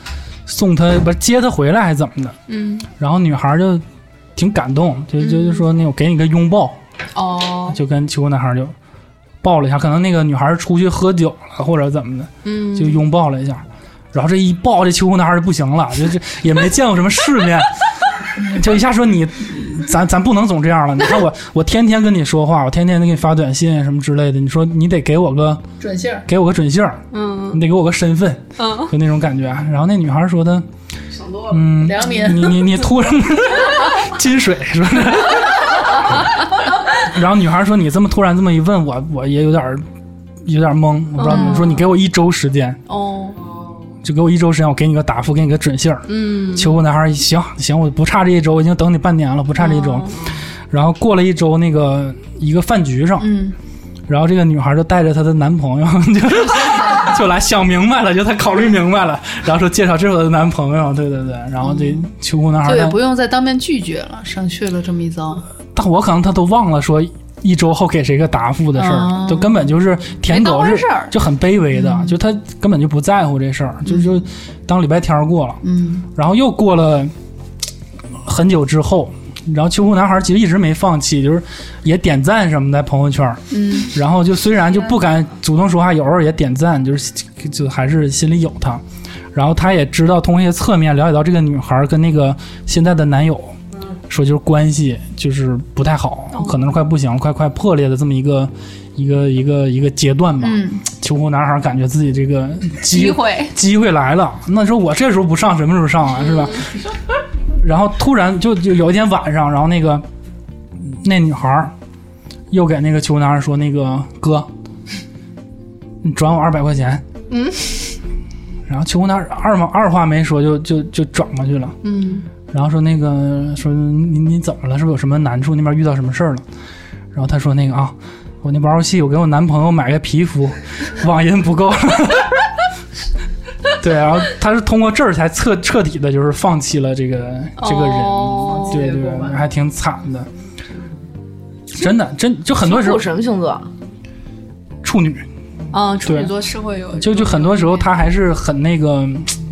Speaker 4: 送她不是接她回来还是怎么的，
Speaker 2: 嗯，
Speaker 4: 然后女孩儿就挺感动，就就就说那我给你个拥抱，
Speaker 2: 哦，
Speaker 4: 就跟秋裤男孩儿就抱了一下，可能那个女孩儿出去喝酒了或者怎么的，
Speaker 2: 嗯，
Speaker 4: 就拥抱了一下，然后这一抱，这秋裤男孩就不行了，就这也没见过什么世面， 就一下说你，咱咱不能总这样了。你看我，我天天跟你说话，我天天给你发短信什么之类的，你说你得给我个
Speaker 3: 准信儿，
Speaker 4: 给我个准信儿，
Speaker 2: 嗯
Speaker 4: 你得给我个身份，
Speaker 2: 嗯，
Speaker 4: 就那种感觉。啊然后那女孩说的，嗯，
Speaker 3: 良民
Speaker 4: 你你 你突然金水是不是？ 然后女孩说：“你这么突然这么一问我，我也有点儿有点儿懵，我不知道怎么说。你给我一周时间，
Speaker 2: 嗯哦，
Speaker 4: 就给我一周时间，我给你个答复，给你个准信儿。
Speaker 2: 嗯，
Speaker 4: 求婚男孩儿行行，我不差这一周，已经等你半年了，不差这一
Speaker 2: 哦
Speaker 4: 周。然后过了一周，那个一个饭局上，
Speaker 3: 嗯，
Speaker 4: 然后这个女孩儿就带着她的男朋友， 就就 来想明白了，就她考虑明白了，然后说介绍这是我的男朋友，对对对。然后这求婚男孩
Speaker 3: 就
Speaker 4: 儿
Speaker 3: 也
Speaker 4: 他，
Speaker 3: 嗯不用再当面拒绝了，省去了这么一遭，
Speaker 4: 但我可能他都忘了说。一周后给谁个答复的事儿
Speaker 3: 哦，
Speaker 4: 就根本就是舔狗
Speaker 3: 没当回
Speaker 4: 是
Speaker 3: 事儿嗯
Speaker 4: 就很卑微的，就他根本就不在乎这事儿，就就当礼拜天儿过了。
Speaker 3: 嗯
Speaker 4: 然后又过了很久之后，然后秋裤男孩其实一直没放弃，就是也点赞什么的朋友圈儿，
Speaker 3: 嗯
Speaker 4: 然后就虽然就不敢主动说话，有时候也点赞，就是就还是心里有他。然后他也知道通过一些侧面了解到这个女孩跟那个现在的男友，说就是关系就是不太好，
Speaker 3: 哦
Speaker 4: 可能是快不行了，快快破裂的这么一个一个一个一个阶段吧。
Speaker 3: 嗯，
Speaker 4: 秋裤男孩感觉自己这个
Speaker 2: 机
Speaker 4: 机
Speaker 2: 会，
Speaker 4: 哎机会来了，那说我这时候不上，什么时候上啊？是吧？然后突然就就有一天晚上，然后那个那女孩儿又给那个球男孩说：“那个哥，你转我二百块钱。”
Speaker 2: 嗯。
Speaker 4: 然后秋姑娘二话二话没说就就就转过去了，
Speaker 2: 嗯，
Speaker 4: 然后说那个说你你怎么了？是不是有什么难处？那边遇到什么事儿了？然后他说那个啊，我那玩游戏，我给我男朋友买个皮肤，网银不够了。 对，然后他是通过这儿才彻彻底的，就是放弃了这个这个人，
Speaker 2: 哦
Speaker 4: 对对，还挺惨的。真的，真就很多时候
Speaker 7: 我什么星座？
Speaker 4: 处女，
Speaker 2: 啊，处女
Speaker 4: 对
Speaker 2: 座是会有，
Speaker 4: 就就很多时候他还是很那个，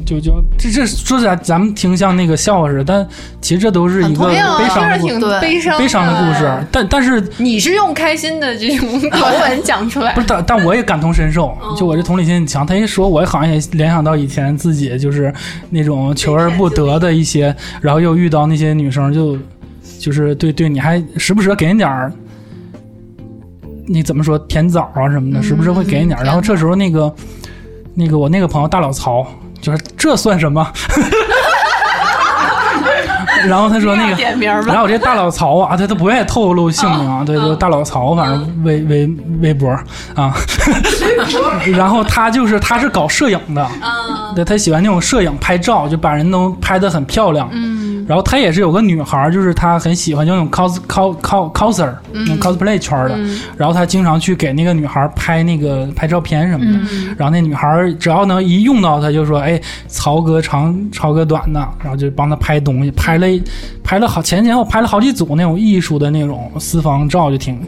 Speaker 4: 就就这这说起来咱们挺像那个笑话似的，但其实这都是一个
Speaker 2: 没有啊，
Speaker 4: 悲伤的
Speaker 2: 这
Speaker 4: 故
Speaker 2: 是挺
Speaker 4: 事，
Speaker 2: 悲伤
Speaker 4: 悲伤的故事。但但是
Speaker 2: 你是用开心的这种口吻讲出来
Speaker 4: 不，是，但但我也感同身受，
Speaker 2: 嗯
Speaker 4: 就我这同理心很强。他一说，我好像也联想到以前自己就是那种求而不得的一些，然后又遇到那些女生就，就是对对你还时不时给你点儿，那怎么说甜枣啊什么的，时不时会给你
Speaker 2: 嗯
Speaker 4: 点儿。然后这时候那个那个我那个朋友大老曹，就是这算什么？ 然后他说那个，
Speaker 2: 点名吧嗯
Speaker 4: 然。后我这大老曹啊，他他不愿意透露姓名啊，对，就大老曹，反正微微微博啊， 然后他就是他是搞摄影的，对，他喜欢那种摄影拍照，就把人都拍得很漂亮，嗯，然后他也是有个女孩儿，就是他很喜欢，就那种 cos cos cos coser，那种 cosplay 圈儿的，然后他经常去给那个女孩儿拍那个拍照片什么的，然后那女孩儿只要能一用到他，就说哎，曹哥长，曹哥短的，然后就帮他拍东西，拍了一拍了好前前后拍了好几组那种艺术的那种私房照，就挺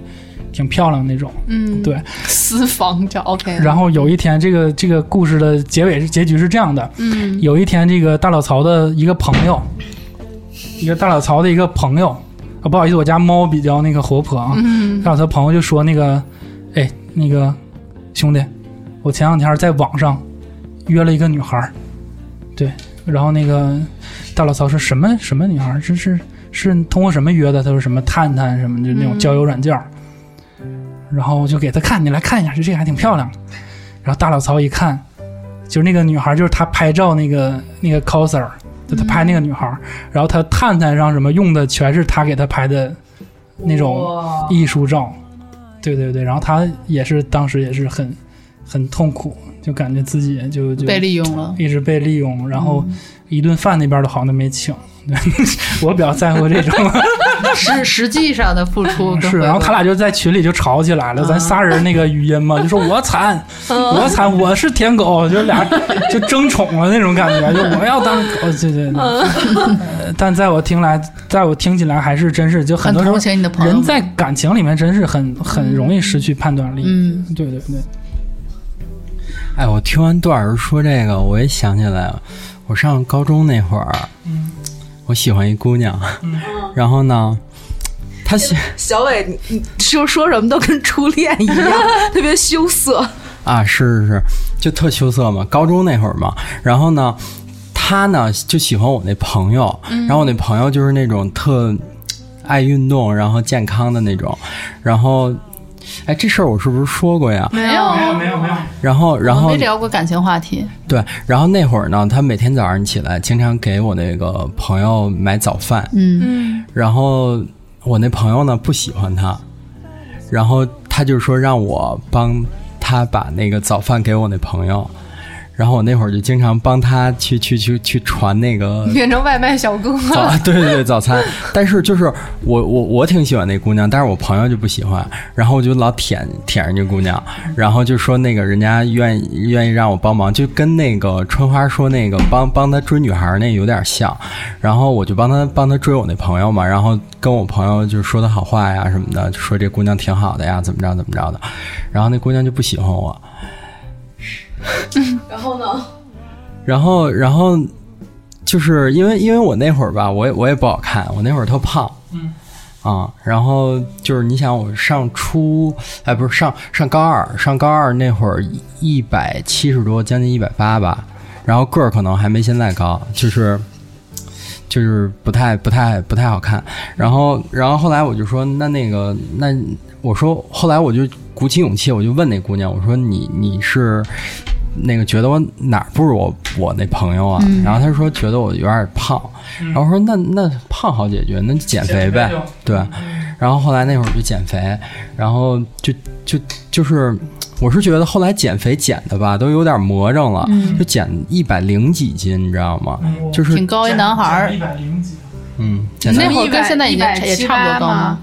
Speaker 4: 挺漂亮的那种。
Speaker 2: 嗯，
Speaker 4: 对，
Speaker 2: 私房照，OK。
Speaker 4: 然后有一天，这个这个故事的结尾是结局是这样的：
Speaker 2: 嗯
Speaker 4: 有一天，这个大老曹的一个朋友，一个大老曹的一个朋友啊，不好意思，我家猫比较那个活泼啊，
Speaker 2: 嗯
Speaker 4: 大老曹朋友就说那个，哎，那个兄弟，我前两天在网上约了一个女孩儿，对，然后那个大老曹说什么什么女孩儿，这是是通过什么约的？他说什么探探什么，就那种交友软件儿。然后我就给他看，你来看一下，这这个还挺漂亮的。然后大老曹一看，就是那个女孩儿，就是他拍照那个那个 coser，就他拍那个女孩儿，然后他探探上什么用的全是他给他拍的那种。艺术照，对对对，然后他也是当时也是很很痛苦，就感觉自己就就
Speaker 3: 被利用了。
Speaker 4: 一直被利用，然后
Speaker 3: 嗯
Speaker 4: 一顿饭那边都好像都没请， 对我比较在乎这种。
Speaker 3: 实实际上的付出跟
Speaker 4: 嗯是，然后
Speaker 3: 回
Speaker 4: 他
Speaker 3: 报
Speaker 4: 俩就在群里就吵起来
Speaker 3: 啊
Speaker 4: 了，咱仨人那个语音嘛，就说我惨，
Speaker 3: 嗯
Speaker 4: 我惨，我是舔狗， 就是俩就争宠了那种感觉，就我要当 狗，对对对。
Speaker 3: 嗯
Speaker 4: 呃但在我听来，在我听起来还是真是就很
Speaker 3: 很
Speaker 4: 多时候
Speaker 3: 同情你的朋友们，
Speaker 4: 人在感情里面真是很很容易失去判断力。
Speaker 3: 嗯，
Speaker 4: 对对对，
Speaker 5: 哎，我听完段儿说这个，我也想起来了，我上高中那会儿，啊我喜欢一姑娘， 然后呢，她喜
Speaker 7: 小伟，你你说说什么都跟初恋一样， 特别羞涩。
Speaker 5: 啊，是是是，就特羞涩嘛，高中那会儿嘛，然后呢，她呢就喜欢我那朋友，
Speaker 3: 嗯
Speaker 5: 然后我那朋友就是那种特爱运动，然后健康的那种，然后。哎，这事儿我是不是说过呀？
Speaker 3: 没有，
Speaker 4: 没有没有，
Speaker 5: 然后，然
Speaker 3: 我
Speaker 5: 后
Speaker 3: 没聊过感情话题。
Speaker 5: 对，然后那会儿呢，他每天早上起来，经常给我那个朋友买早饭，
Speaker 3: 嗯，
Speaker 2: 嗯
Speaker 5: 然后我那朋友呢不喜欢他，然后他就说让我帮他把那个早饭给我那朋友，然后我那会儿就经常帮他去去去去传那个
Speaker 2: 变成外卖小哥了。
Speaker 5: 早，对对对，早餐。但是就是我我我挺喜欢那姑娘，但是我朋友就不喜欢，然后我就老舔舔人家姑娘，然后就说那个人家愿意愿意让我帮忙，就跟那个春花说那个帮帮她追女孩儿那有点像，然后我就帮她帮她追我那朋友嘛，然后跟我朋友就说她好话呀什么的，就说这姑娘挺好的呀，怎么着怎么着的，然后那姑娘就不喜欢我， 然后然后就是因为因为我那会儿吧，我也我也不好看，我那会儿特胖，嗯啊，然后就是你想我上初哎不是上上高二上高二那会儿一百七十多，将近一百八吧，然后个儿可能还没现在高，就是。就是不太不太不太好看，然后然后后来我就说那那个那我说后来我就鼓起勇气，我就问那姑娘我说你你是那个觉得我哪儿不如我我那朋友啊？然后她说觉得我有点胖，然后我说那那胖好解决，那就嗯减肥呗，
Speaker 4: 嗯
Speaker 5: 对。然后后来那会儿就减肥，然后就就就是我是觉得后来减肥减的吧，都有点魔怔了，就减一百零几斤，你知道吗？就是
Speaker 3: 嗯挺高一男孩儿
Speaker 4: 嗯一，百零几，
Speaker 5: 嗯，减
Speaker 3: 你
Speaker 5: 的
Speaker 3: 那会儿跟现在已经也差不多高吗？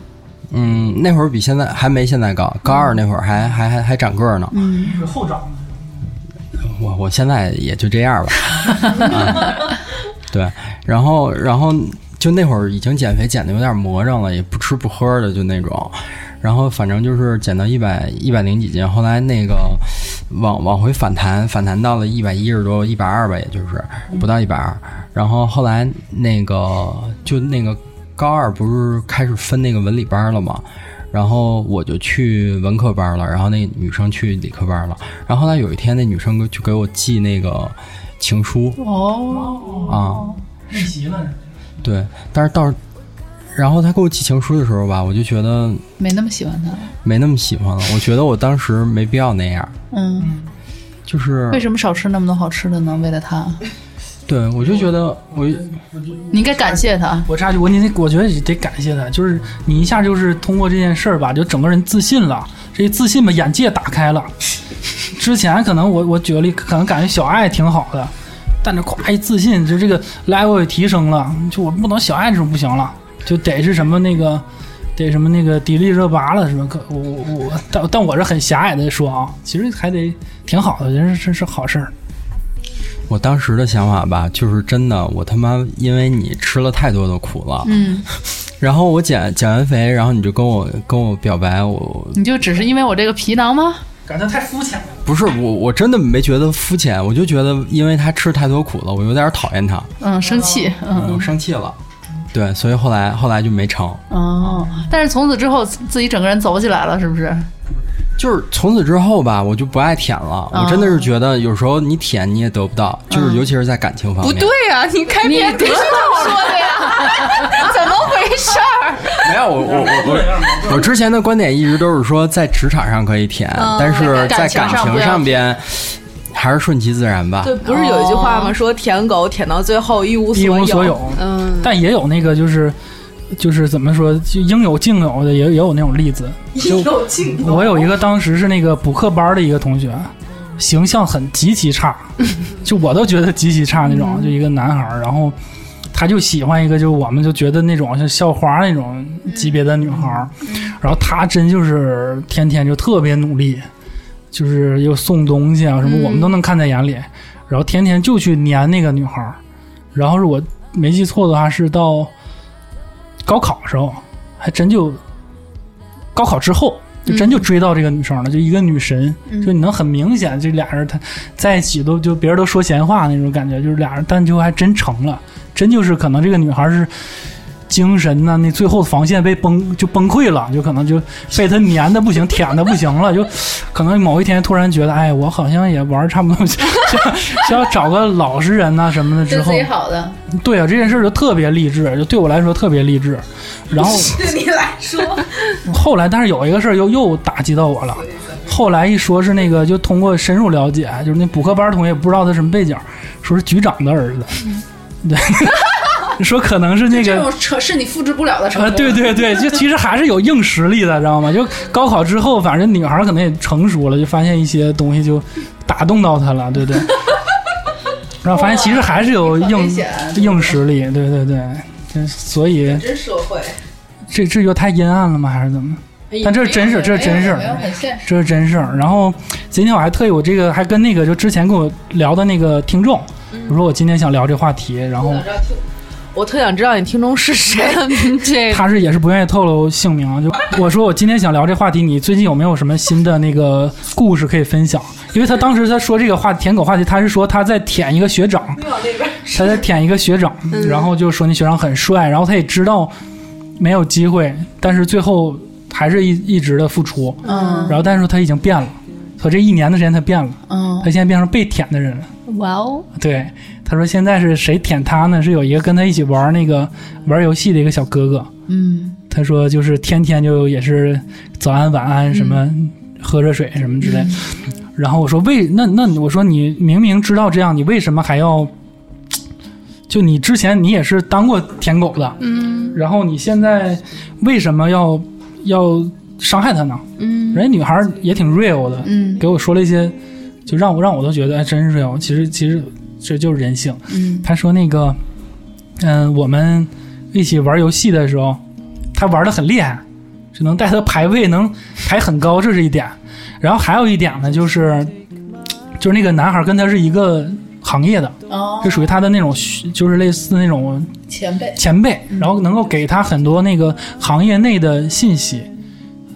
Speaker 5: 嗯那会儿比现在还没现在高，高二那会儿还还还还长个儿呢。
Speaker 4: 是后长的。
Speaker 5: 我我现在也就这样吧。嗯、对，然后然后就那会儿已经减肥减的有点魔怔了，也不吃不喝的就那种，然后反正就是减到一百一百零几斤，后来那个往往回反弹，反弹到了一百一十多，一百二吧，也就是不到一百二。然后后来那个就那个高二不是开始分那个文理班了吗？然后我就去文科班了，然后那女生去理科班了。然后后来有一天，那女生给就给我寄那个情书
Speaker 3: 哦，
Speaker 5: 啊，
Speaker 4: 逆袭了，
Speaker 5: 对，但是到，然后她给我寄情书的时候吧，我就觉得
Speaker 3: 没那么喜欢他了。
Speaker 5: 没那么喜欢了。我觉得我当时没必要那样，
Speaker 3: 嗯，
Speaker 5: 就是
Speaker 3: 为什么少吃那么多好吃的呢？为了他，
Speaker 5: 对我就觉得我
Speaker 3: 你应该感谢他。
Speaker 4: 我插句，我你得我觉得你得感谢他，就是你一下就是通过这件事儿吧，就整个人自信了，这自信吧眼界打开 了。之前可能我我举个例，可能感觉小爱挺好的，但这夸一自信，就这个 level 也提升了，就我不能小爱这种不行了，就得是什么那个。得什么那个迪丽热巴了什么？可我我我，但但我是很狭隘的说啊，其实还得挺好的，人是是好事儿。
Speaker 5: 我当时的想法吧，就是真的，我他妈因为你吃了太多的苦了，
Speaker 3: 嗯，
Speaker 5: 然后我减减完肥，然后你就跟我跟我表白，我
Speaker 3: 你就只是因为我这个皮囊吗？
Speaker 4: 感觉太肤浅了。
Speaker 5: 不是我，我真的没觉得肤浅，我就觉得因为他吃太多苦了，我有点讨厌他，
Speaker 3: 嗯，生气。嗯，
Speaker 5: 我生气了。对，所以后来后来就没成，
Speaker 3: 哦，但是从此之后自己整个人走起来了，是不是？
Speaker 5: 就是从此之后吧，我就不爱舔了。我真的
Speaker 2: 哦
Speaker 5: 是觉得有时候你舔你也得不到，就是尤其是在感情方
Speaker 2: 嗯不
Speaker 5: 面。
Speaker 2: 对呀、你开篇不是这么说的呀？ 怎么回事儿？
Speaker 5: 没有我我我我我之前的观点一直都是说，在职场上可以舔，
Speaker 2: 嗯
Speaker 5: 但是在感情上边还是顺其自然吧。
Speaker 7: 对，不是有一句话吗？说舔狗舔到最后一无
Speaker 4: 哦一无所
Speaker 7: 有。
Speaker 4: 有，嗯，但也有那个就是就是怎么说，就应有尽有的，也也有那种例子。
Speaker 7: 应有尽有
Speaker 4: 我有一个当时是那个补课班的一个同学，形象很极其差，就我都觉得极其差那种，就一个男孩儿，然后他就喜欢一个，就我们就觉得那种像校花那种级别的女孩儿，然后他真就是天天就特别努力，就是又送东西啊什么，我们都能看在眼里，然后天天就去粘那个女孩儿，然后是我没记错的话是到高考时候，还真就高考之后。就真就
Speaker 3: 嗯
Speaker 4: 追到这个女生了，就一个女神，就你能很明显，这俩人他在一起都就别人都说闲话那种感觉，就是俩人，但就还真成了，真就是可能这个女孩是精神呐、那最后防线被崩就崩溃了，就可能就被他粘的不行，舔的不行了，就可能某一天突然觉得，哎，我好像也玩儿差不多， 想想要找个老实人呐、什么的之后，
Speaker 3: 好的，
Speaker 4: 对啊，这件事儿就特别励志，就对我来说特别励志。然后对你来说，后来但是有一个事儿又又打击到我了。后来一说是那个，就通过深入了解，就是那补课班同学也不知道他什么背景，说是局长的儿子，对， 说可能是那个
Speaker 3: 扯是你复制不了的
Speaker 4: 啊，对对对，就其实还是有硬实力的，知道吗？就高考之后，反正女孩儿可能也成熟了，就发现一些东西就打动到她了，对对。然后发现其实还是有硬硬实力，对对对，这所以
Speaker 7: 真社会，
Speaker 4: 这这就太阴暗了吗？还是怎么？但这是真事儿，这是真事儿，这是真事儿。然后今天我还特意，我这个还跟那个就之前跟我聊的那个听众，我说我今天想聊这话题，然后
Speaker 7: 我特想知道你听众是谁。
Speaker 2: 这
Speaker 4: 他是也是不愿意透露姓名啊，就我说我今天想聊这话题，你最近有没有什么新的那个故事可以分享？因为他当时他说这个话舔狗话题，他是说他在舔一个学长，他在舔一个学长， 然后就说那学长很帅，然后他也知道没有机会，但是最后还是一一直的付出，
Speaker 3: 嗯
Speaker 4: 然后但是他已经变了，和这一年的时间他变了，
Speaker 3: 嗯
Speaker 4: 他现在变成被舔的人了。
Speaker 2: 哇哦，
Speaker 4: 对，他说现在是谁舔他呢？是有一个跟他一起玩那个玩游戏的一个小哥哥，
Speaker 3: 嗯，
Speaker 4: 他说就是天天就也是早安晚安什么，喝热水什么之类。然后我说为那那我说你明明知道这样，你为什么还要？就你之前你也是当过舔狗的，嗯，然后你现在为什么要要伤害他呢？
Speaker 2: 嗯
Speaker 4: 人家女孩儿也挺 real 的，
Speaker 3: 嗯
Speaker 4: 给我说了一些，就让我让我都觉得哎，真是 real。其实其实这就是人性。
Speaker 3: 嗯
Speaker 4: 他说那个，嗯、我们一起玩游戏的时候，他玩的很厉害，就能带他排位能排很高，这是一点。然后还有一点呢，就是就是那个男孩跟他是一个行业的，
Speaker 3: 哦，
Speaker 4: 是属于他的那种，就是类似那种
Speaker 3: 前辈，
Speaker 4: 前辈，然后能够给他很多那个行业内的信息，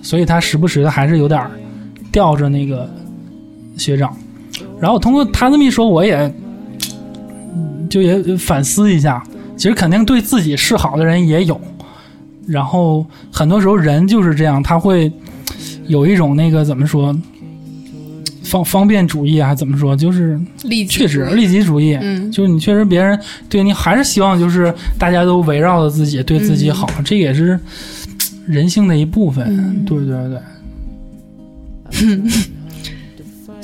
Speaker 4: 所以他时不时的还是有点儿吊着那个学长。然后通过他这么一说，我也嗯就也反思一下，其实肯定对自己示好的人也有，然后很多时候人就是这样，他会有一种那个怎么说方方便主义啊，怎么说就是
Speaker 2: 立即
Speaker 4: 确实利己主义，
Speaker 2: 嗯
Speaker 4: 就是你确实别人对你还是希望就是大家都围绕着自己，对自己好，
Speaker 2: 嗯
Speaker 4: 这也是嘖人性的一部分。对对对，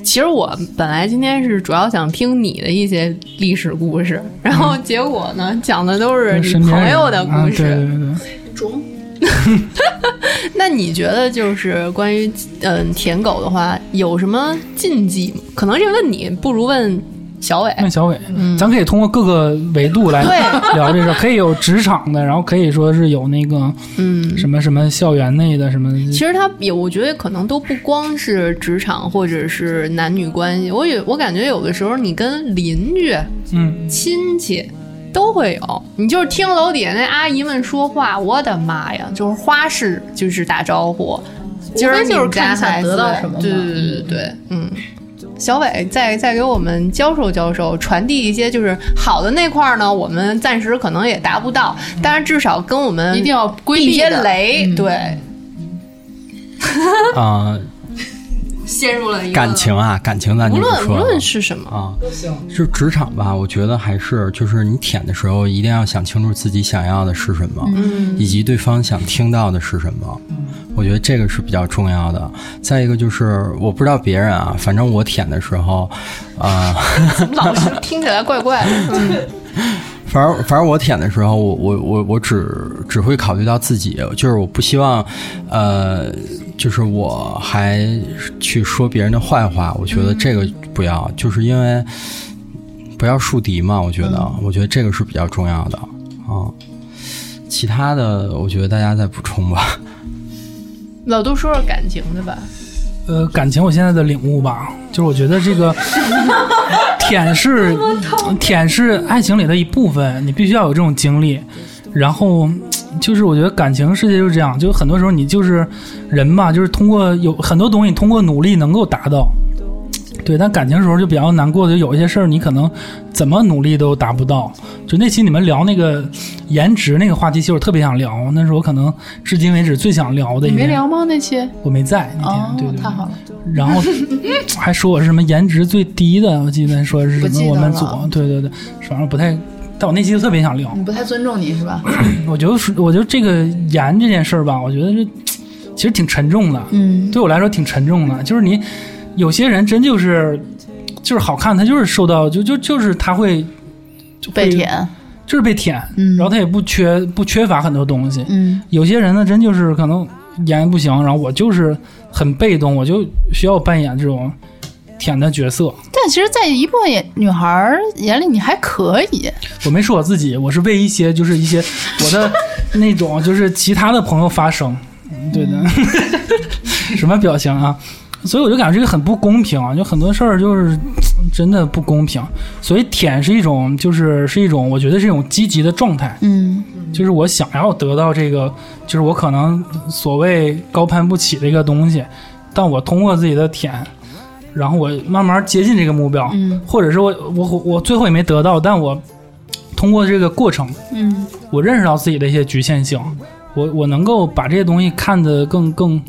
Speaker 2: 其实我本来今天是主要想听你的一些历史故事，
Speaker 3: 嗯
Speaker 2: 然后结果呢，讲的都是你
Speaker 4: 身边
Speaker 2: 朋
Speaker 4: 人
Speaker 2: 友的
Speaker 4: 啊
Speaker 2: 故事。
Speaker 4: 对对对对，
Speaker 2: 那你觉得就是关于嗯舔狗的话，有什么禁忌吗？可能这问你不如问小伟。
Speaker 4: 问小伟，咱可以通过各个维度来
Speaker 2: 哎嗯对
Speaker 4: 聊这事儿，可以有职场的，然后可以说是有那个
Speaker 2: 嗯，
Speaker 4: 什么什么校园内的什么。
Speaker 2: 其实他也，我觉得可能都不光是职场或者是男女关系，我也我感觉有的时候你跟邻居、
Speaker 4: 嗯，
Speaker 2: 亲戚都会有。你就是听楼底下那阿姨们说话，我的妈呀，就是花式就是打招呼，今儿
Speaker 3: 无非就是
Speaker 2: 你们家
Speaker 3: 看想
Speaker 2: 孩
Speaker 3: 得
Speaker 2: 子
Speaker 3: 到什么嘛
Speaker 2: 对对对对对，嗯。小伟再再给我们教授教授，传递一些就是好的那块儿呢，我们暂时可能也达不到，但是至少跟我们
Speaker 3: 一定要规
Speaker 2: 避一
Speaker 3: 避
Speaker 2: 些
Speaker 3: 的
Speaker 2: 雷，
Speaker 3: 嗯
Speaker 2: 对，
Speaker 5: 啊、
Speaker 2: 陷入了一个
Speaker 5: 感情啊，感情咱
Speaker 2: 无
Speaker 5: 就不
Speaker 2: 论无
Speaker 5: 说了
Speaker 2: 论是什么，
Speaker 5: 啊，就是职场吧，我觉得还是就是你舔的时候，一定要想清楚自己想要的是什么，以及对方想听到的是什么。我觉得这个是比较重要的。再一个就是，我不知道别人啊，反正我舔的时候，啊、
Speaker 2: 老是听起来怪怪的。嗯，
Speaker 5: 反正反正我舔的时候，我我我我只只会考虑到自己，就是我不希望，呃，就是我还去说别人的坏话，我觉得这个不要，就是因为不要树敌嘛，我觉得，我觉得这个是比较重要的啊。其他的，我觉得大家再补充吧。
Speaker 2: 老杜说说感情的吧，
Speaker 4: 呃，感情我现在的领悟吧，就是我觉得这 个舔是舔是爱情里的一部分，你必须要有这种经历。然后就是我觉得感情世界就是这样，就很多时候你就是人嘛，就是通过有很多东西通过努力能够达到。对，但感情的时候就比较难过的，就有一些事儿你可能怎么努力都达不到。就那期你们聊那个颜值那个话题，其实我特别想聊，那是我可能至今为止最想聊的
Speaker 3: 你
Speaker 4: 一
Speaker 3: 没
Speaker 4: 天。
Speaker 3: 聊吗？那期
Speaker 4: 我没在那天，
Speaker 3: 哦
Speaker 4: 对对，对
Speaker 3: 太好了，
Speaker 4: 然 后还说我是什么颜值最低的，我记得说是
Speaker 3: 不
Speaker 4: 什
Speaker 3: 记
Speaker 4: 么
Speaker 3: 得
Speaker 4: 我们组
Speaker 3: 了，
Speaker 4: 对对对，反正不太。但我那期特别想聊，
Speaker 3: 你不太尊重你是吧？
Speaker 4: 我觉得是我觉得这个颜这件事儿吧，我觉得是其实挺沉重的，
Speaker 3: 嗯，
Speaker 4: 对我来说挺沉重的。就是你有些人真就是就是好看，他就是受到就就就是他会就会
Speaker 3: 被舔，
Speaker 4: 就是被舔，
Speaker 3: 嗯
Speaker 4: 然后他也不缺不缺乏很多东西，
Speaker 3: 嗯
Speaker 4: 有些人呢，真就是可能演不行，然后我就是很被动，我就需要扮演这种舔的角色。
Speaker 3: 但其实，在一部分眼女孩儿眼里，你还可以。
Speaker 4: 我没说我自己，我是为一些就是一些我的那种就是其他的朋友发声。嗯对的， 什么表情啊？所以我就感觉这个很不公平啊，就很多事儿就是真的不公平。所以舔是一种，就是是一种，我觉得是一种积极的状态。
Speaker 3: 嗯
Speaker 4: 就是我想要得到这个，就是我可能所谓高攀不起的一个东西，但我通过自己的舔，然后我慢慢接近这个目标，
Speaker 3: 嗯
Speaker 4: 或者是我我我最后也没得到，但我通过这个过程，
Speaker 3: 嗯
Speaker 4: 我认识到自己的一些局限性，我我能够把这些东西看得更更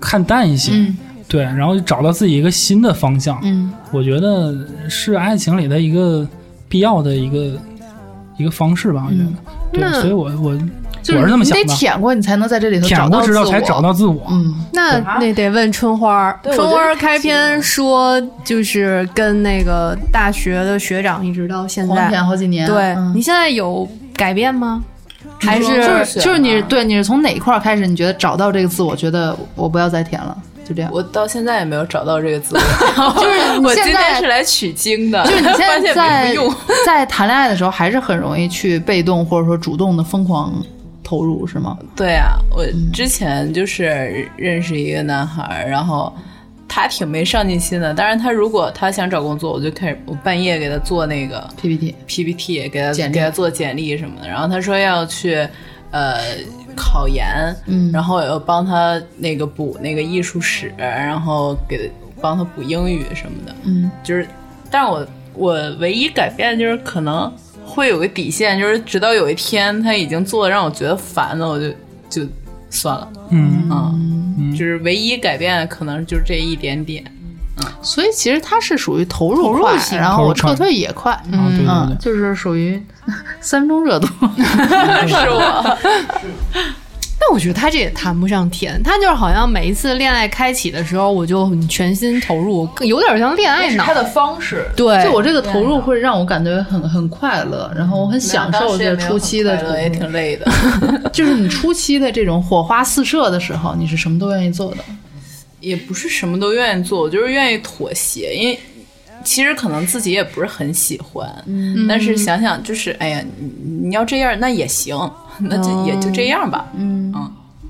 Speaker 4: 看淡一些，
Speaker 3: 嗯
Speaker 4: 对，然后找到自己一个新的方向，
Speaker 3: 嗯，
Speaker 4: 我觉得是爱情里的一个必要的一个一个方式吧，我觉得。
Speaker 3: 嗯
Speaker 4: 对，
Speaker 2: 那
Speaker 4: 所以我我
Speaker 3: 就
Speaker 4: 我是这么
Speaker 3: 你
Speaker 4: 想
Speaker 3: 得
Speaker 4: 的
Speaker 3: 舔过，你才能在这里头
Speaker 4: 舔
Speaker 3: 找
Speaker 4: 过
Speaker 3: 到
Speaker 4: 之
Speaker 3: 自
Speaker 4: 后
Speaker 3: 我。
Speaker 4: 才找到自我。
Speaker 3: 嗯，
Speaker 2: 那那得问春花儿。
Speaker 7: 对
Speaker 2: 春
Speaker 7: 我觉
Speaker 2: 花
Speaker 7: 得
Speaker 2: 儿开篇说，就是跟那个大学的学长一直到现
Speaker 3: 狂
Speaker 2: 在
Speaker 3: 舔。好几年。
Speaker 2: 对
Speaker 3: 嗯
Speaker 2: 你现在有改变吗？还
Speaker 3: 就是是就是你对你是从哪一块儿开始，你觉得找到这个自我，觉得我不要再舔了？就这样。
Speaker 6: 我到现在也没有找到这 个自我，
Speaker 3: 就是你
Speaker 6: 我今
Speaker 3: 现
Speaker 6: 天
Speaker 3: 在
Speaker 6: 是来取经的，
Speaker 3: 就是你现
Speaker 6: 发
Speaker 3: 在
Speaker 6: 现
Speaker 3: 在
Speaker 6: 没用。
Speaker 3: 在谈恋爱的时候，还是很容易去被动或者说主动的疯狂投入，是吗？
Speaker 6: 对啊，我之前就是认识一个男孩儿，然后他挺没上进心的。当然，他如果他想找工作，我就开始我半夜给他做那个
Speaker 3: PPT
Speaker 6: PPT，给他
Speaker 3: 简历
Speaker 6: 给他做简历什么的。然后他说要去呃考研，
Speaker 3: 嗯
Speaker 6: 然后要帮他那个补那个艺术史，然后给帮他补英语什么的。
Speaker 3: 嗯，
Speaker 6: 就是，但是我我唯一改变就是可能会有个底线，就是直到有一天他已经做的让我觉得烦了，我就就算了，
Speaker 4: 嗯，
Speaker 6: 嗯，就是唯一改变可能就是这一点点，
Speaker 3: 所以其实他是属于投入
Speaker 2: 投入
Speaker 3: 快，
Speaker 2: 型
Speaker 3: 然
Speaker 4: 投
Speaker 3: 后
Speaker 4: 入
Speaker 3: 我撤
Speaker 4: 快
Speaker 3: 退也快，
Speaker 4: 啊对对对
Speaker 3: 嗯，就是属于三分钟热度。
Speaker 6: 是我，
Speaker 2: 但我觉得他这也谈不上甜，他就是好像每一次恋爱开启的时候，我就很全心投入，有点像恋爱脑。
Speaker 7: 他的方式，
Speaker 2: 对，啊
Speaker 3: 就我这个投入会让我感觉很很快乐，然后我很享受这初期的投
Speaker 6: 我也
Speaker 3: 入，
Speaker 6: 挺累的，
Speaker 3: 就是你初期的这种火花四射的时候，你是什么都愿意做的。
Speaker 6: 也不是什么都愿意做，我就是愿意妥协，因为。其实可能自己也不是很喜欢，
Speaker 7: 嗯
Speaker 6: 但是想想就是，哎呀，你你要这样那也行， 那就、
Speaker 7: 哦
Speaker 6: 也就这样吧。
Speaker 7: 嗯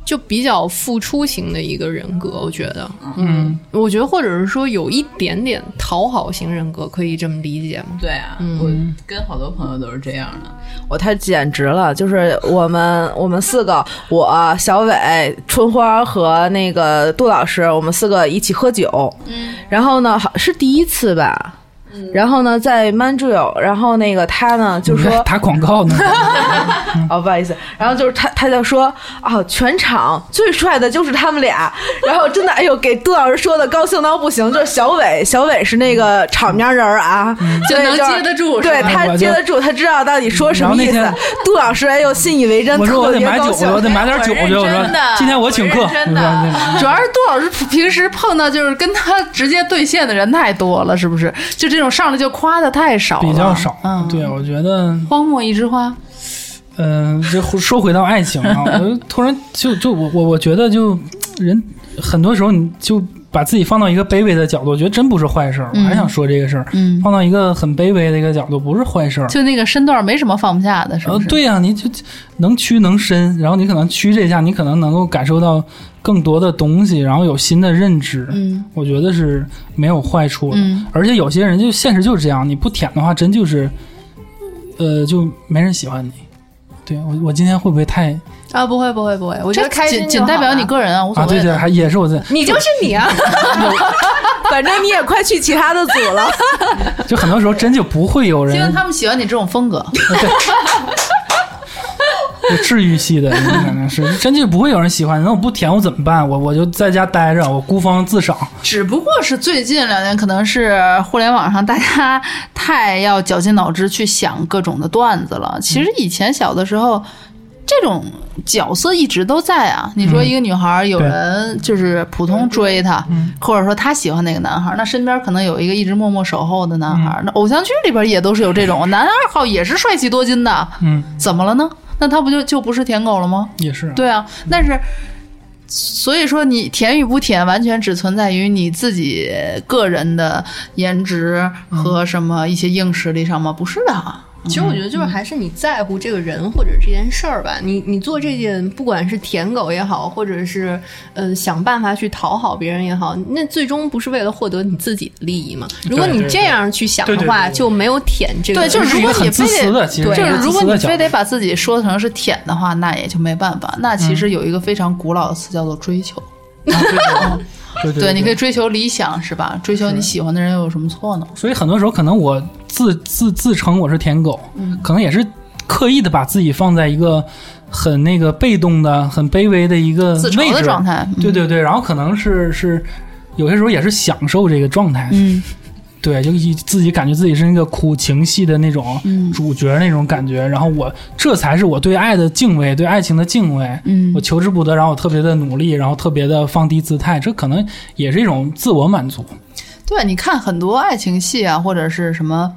Speaker 2: 就比较付出型的一个人格，我觉得，嗯，我觉得或者是说有一点点讨好型人格，可以这么理解吗？
Speaker 6: 对啊，我跟好多朋友都是这样的。
Speaker 7: 我太简直了！就是我们我们四个，我小伟、春花和那个杜老师，我们四个一起喝酒。嗯，然后呢，好是第一次吧。
Speaker 4: 嗯
Speaker 7: 然后呢，在 Manju，然后那个他呢就说，
Speaker 4: 打广告呢，
Speaker 7: 哦，不好意思，然后就是他，他就说啊，全场最帅的就是他们俩，然后真的，哎呦，给杜老师说的高兴到 不行，就是小伟，小伟是那个场面人儿啊，所以
Speaker 2: 嗯能
Speaker 7: 就是
Speaker 2: 接得住是
Speaker 7: 对
Speaker 4: 吧我
Speaker 7: 他
Speaker 4: 就
Speaker 7: 接得住，他知道到底说什么意
Speaker 4: 然后那
Speaker 7: 思
Speaker 4: 天。
Speaker 7: 杜老师哎呦信以为真，
Speaker 4: 我说我
Speaker 7: 特
Speaker 4: 得
Speaker 7: 别
Speaker 4: 买酒，
Speaker 7: 高兴
Speaker 4: 我。得买点酒去。我
Speaker 6: 我认
Speaker 4: 说
Speaker 6: 真的
Speaker 4: 今天我请客，
Speaker 6: 我认真的
Speaker 4: 我说
Speaker 3: 主要是杜老师平时碰到就是跟他直接对线的人太多了，是不是？就这种上来就夸的太少了，
Speaker 4: 比较少
Speaker 3: 嗯，。
Speaker 4: 对，我觉得
Speaker 3: 荒漠一枝花，
Speaker 4: 嗯，这回说回到爱情啊，我就突然就就我我我觉得就人很多时候你就把自己放到一个卑微的角度，我觉得真不是坏事儿。我还想说这个事儿，
Speaker 3: 嗯
Speaker 4: 放到一个很卑微的一个角度，不是坏事儿。
Speaker 3: 就那个身段没什么放不下的，是
Speaker 4: 然
Speaker 3: 不
Speaker 4: 后
Speaker 3: 是？
Speaker 4: 嗯对呀、你就能屈能伸，然后你可能屈这一下，你可能能够感受到更多的东西，然后有新的认知。
Speaker 3: 嗯，
Speaker 4: 我觉得是没有坏处的。
Speaker 3: 嗯
Speaker 4: 而且有些人就现实就是这样，你不舔的话，真就是，呃，就没人喜欢你。对我，我今天会不会太
Speaker 2: 啊，不会不会不会，我觉得
Speaker 3: 这
Speaker 2: 开心
Speaker 3: 仅
Speaker 2: 就
Speaker 3: 仅
Speaker 2: 好
Speaker 3: 代表
Speaker 2: 了
Speaker 3: 你，个人啊，无所
Speaker 4: 啊？
Speaker 3: 谓
Speaker 4: 对对，
Speaker 3: 的。
Speaker 4: 还也是我在，
Speaker 2: 你就是你啊，
Speaker 7: 反正你也快去其他的组了，
Speaker 4: 就很多时候真就不会有
Speaker 3: 因为
Speaker 4: 人
Speaker 3: 他们喜欢你这种风格，
Speaker 4: 有治愈系的，你可能 是真就不会有人喜欢。那我不舔我怎么办？我我就在家待着，我孤芳自赏。
Speaker 3: 只不过是最近两年可能是互联网上大家 太要绞尽脑汁去想各种的段子了。其
Speaker 4: 嗯
Speaker 3: 实以前小的时候。这种角色一直都在啊！你说一个女孩儿
Speaker 4: 嗯
Speaker 3: 有
Speaker 4: 对嗯
Speaker 3: 人就是普通追她，或者说她喜欢哪个男孩儿，那身边可能有一个一直默默守候的男
Speaker 4: 嗯
Speaker 3: 孩儿。那偶像剧里边也都是有这种男二号，也是帅气多金的，
Speaker 4: 嗯，
Speaker 3: 怎么了呢？那他不就就不是舔狗了吗？
Speaker 4: 也是啊。
Speaker 3: 对啊，但是所以说你甜与不甜，完全只存在于你自己个人的颜值
Speaker 4: 嗯
Speaker 3: 和什么一些硬实力上吗？不是的，啊
Speaker 2: 其实我觉得
Speaker 4: 嗯
Speaker 2: 就是还是你在乎这个人或者这件事儿吧。你你做这件，不管是舔狗也好，或者是呃想办法去讨好别人也好，那最终不是为了获得你自己的利益嘛？如果
Speaker 4: 对
Speaker 2: 你
Speaker 4: 对
Speaker 2: 这样去想
Speaker 4: 对
Speaker 2: 的
Speaker 4: 对
Speaker 2: 话，
Speaker 4: 对对
Speaker 2: 就没有舔这个。
Speaker 3: 对 就是
Speaker 4: 一
Speaker 3: 如
Speaker 4: 个
Speaker 3: 果你
Speaker 4: 很自
Speaker 3: 非得
Speaker 4: 私的，其实
Speaker 3: 就是
Speaker 4: 一个自
Speaker 3: 如果
Speaker 4: 私的
Speaker 3: 你
Speaker 4: 角
Speaker 3: 非
Speaker 4: 度
Speaker 3: 得把自己说成是舔的话，那也就没办法。那其实有一个非常古老的词叫做追求，
Speaker 4: 嗯啊对对对 对对，
Speaker 3: 你可以追求理想是吧？追求你喜欢的人又有什么错呢？
Speaker 4: 所以很多时候，可能我自自自称我是舔狗，
Speaker 3: 嗯
Speaker 4: 可能也是刻意的把自己放在一个很那个被动的、很卑微的一个
Speaker 3: 自
Speaker 4: 位
Speaker 3: 嘲的
Speaker 4: 置
Speaker 3: 状。态，嗯
Speaker 4: 呃对对对，然后可能是是有些时候也是享受这个状态，
Speaker 3: 嗯
Speaker 4: 对，就一自己感觉自己是那个苦情戏的那种
Speaker 3: 嗯
Speaker 4: 主角那种感觉。然后我这才是我对爱的敬畏，对爱情的敬畏。
Speaker 3: 嗯
Speaker 4: 我求之不得，然后我特别的努力，然后特别的放低姿态，这可能也是一种自我满足。
Speaker 3: 对，你看很多爱情戏啊，或者是什么，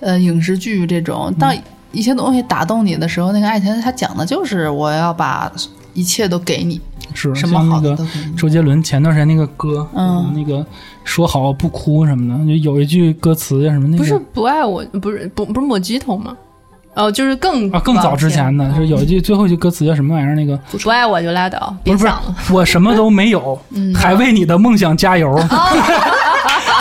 Speaker 3: 呃，影视剧这种，
Speaker 4: 嗯
Speaker 3: 当一些东西打动你的时候，那个爱情它讲的就是我要把一切都给你，
Speaker 4: 是
Speaker 3: 什么
Speaker 4: 像
Speaker 3: 好
Speaker 4: 那
Speaker 3: 的
Speaker 4: 个
Speaker 3: 都可以
Speaker 4: 周杰伦前段时间那个歌，
Speaker 3: 嗯
Speaker 4: 那个说好不哭什么的，就有一句歌词叫什么那个
Speaker 2: 不是不爱我，不是不不是抹鸡桶吗？哦，就是更
Speaker 4: 啊，更早之前的是有一句最后一句歌词叫什么玩意儿？那个
Speaker 2: 不爱我就拉倒，
Speaker 4: 不
Speaker 2: 别
Speaker 4: 是不
Speaker 2: 想了。
Speaker 4: 是，我什么都没有，还为你的梦想加油。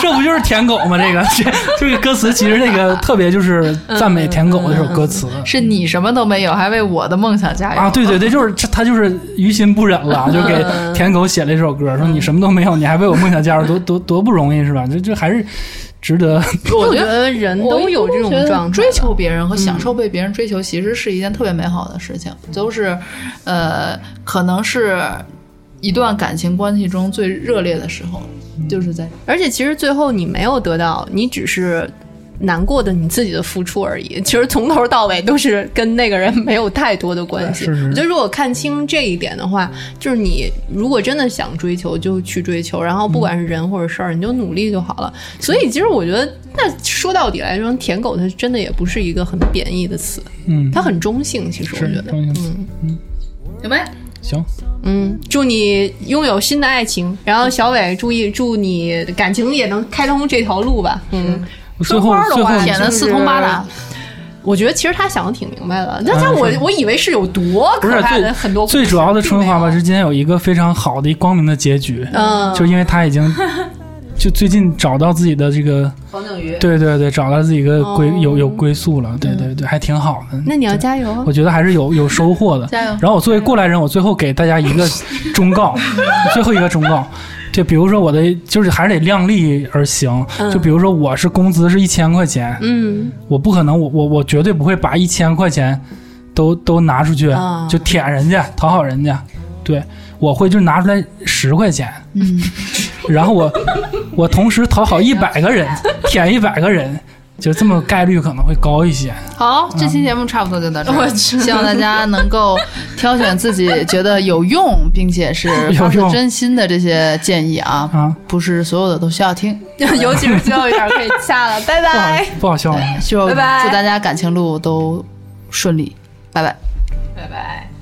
Speaker 4: 这不就是舔狗吗？这个这这个歌词其实那个特别就是赞美舔狗的这首歌词。
Speaker 6: 是你什么都没有，还为我的梦想加油
Speaker 4: 啊，对对对，就是这他就是于心不忍了，就给
Speaker 2: 嗯
Speaker 4: 舔狗写了一首歌，说你什么都没有，你还为我梦想加油，多多多不容易是吧？这这还是值得。
Speaker 2: 我觉得人都有这种状态，
Speaker 3: 追求别人
Speaker 4: 嗯
Speaker 3: 和享受被别人追求，其实是一件特别美好的事情，都是，呃，可能是一段感情关系中最热烈的时候，就是在
Speaker 2: 而且其实最后你没有得到，你只是难过的你自己的付出而已。 其实从头到尾都是跟那个人没有太多的关系。
Speaker 4: 对是是
Speaker 2: 我觉得如果看清这一点的话，就是你如果真的想追求，就去追求，然后不管是人或者事儿，你就努力就好了。所以其实我觉得，那说到底来说，舔狗它真的也不是一个很贬义的词，
Speaker 4: 嗯，
Speaker 2: 它很中性。其实我
Speaker 4: 是
Speaker 2: 觉得，
Speaker 4: 中性词
Speaker 3: 明白？
Speaker 4: 行，
Speaker 2: 嗯，祝你拥有新的爱情。然后小伟，注意，祝你感情也能开通这条路吧。嗯。
Speaker 4: 最后
Speaker 2: 花的
Speaker 4: 最后
Speaker 2: 话
Speaker 3: 舔的四通八达，
Speaker 2: 我觉得其实他想的挺明白的，但
Speaker 4: 嗯
Speaker 2: 但我
Speaker 4: 是
Speaker 2: 我以为是有多
Speaker 4: 不
Speaker 2: 可
Speaker 4: 是
Speaker 2: 怕的
Speaker 4: 最
Speaker 2: 很多故事
Speaker 4: 最主要的春华吧，
Speaker 2: 并没
Speaker 4: 是今天有一个非常好的一光明的结局，
Speaker 2: 嗯
Speaker 4: 就是因为他 已经就最近找到自己的这个，
Speaker 7: 黄景瑜，
Speaker 4: 对对对，找到自己一个归、
Speaker 2: 哦嗯
Speaker 4: 有有归宿了，对对对，还挺好的。
Speaker 2: 有那你要加油啊
Speaker 4: 我！觉得还是有有收获的。
Speaker 3: 加油
Speaker 4: 然后我作为过来人，我最后给大家一 个忠告，最后一个忠告。就比如说我的，就是还是得量力而行。就比如说我是工资是一千块钱，
Speaker 2: 嗯，
Speaker 4: 我不可能，我我我绝对不会把一千块钱都都拿出去、
Speaker 2: 啊
Speaker 4: 就舔人家讨好人家，对我会就拿出来十块钱，嗯，然后我我同时讨好一百个人，舔一百个人，就这么概率可能会高一些。
Speaker 3: 好，
Speaker 4: 嗯
Speaker 3: 这期节目差不多就到这儿， 希望大家能够挑选自己觉得有用，并且是发自
Speaker 4: 有用
Speaker 3: 真心的这些建议啊，
Speaker 4: 啊
Speaker 3: 不是所有的都需要听。
Speaker 2: 尤其是最后一条可以下了，拜 拜。
Speaker 4: 不好笑吗？
Speaker 3: 就
Speaker 2: 拜拜
Speaker 3: 祝大家感情路都顺利，拜拜。
Speaker 6: 拜拜。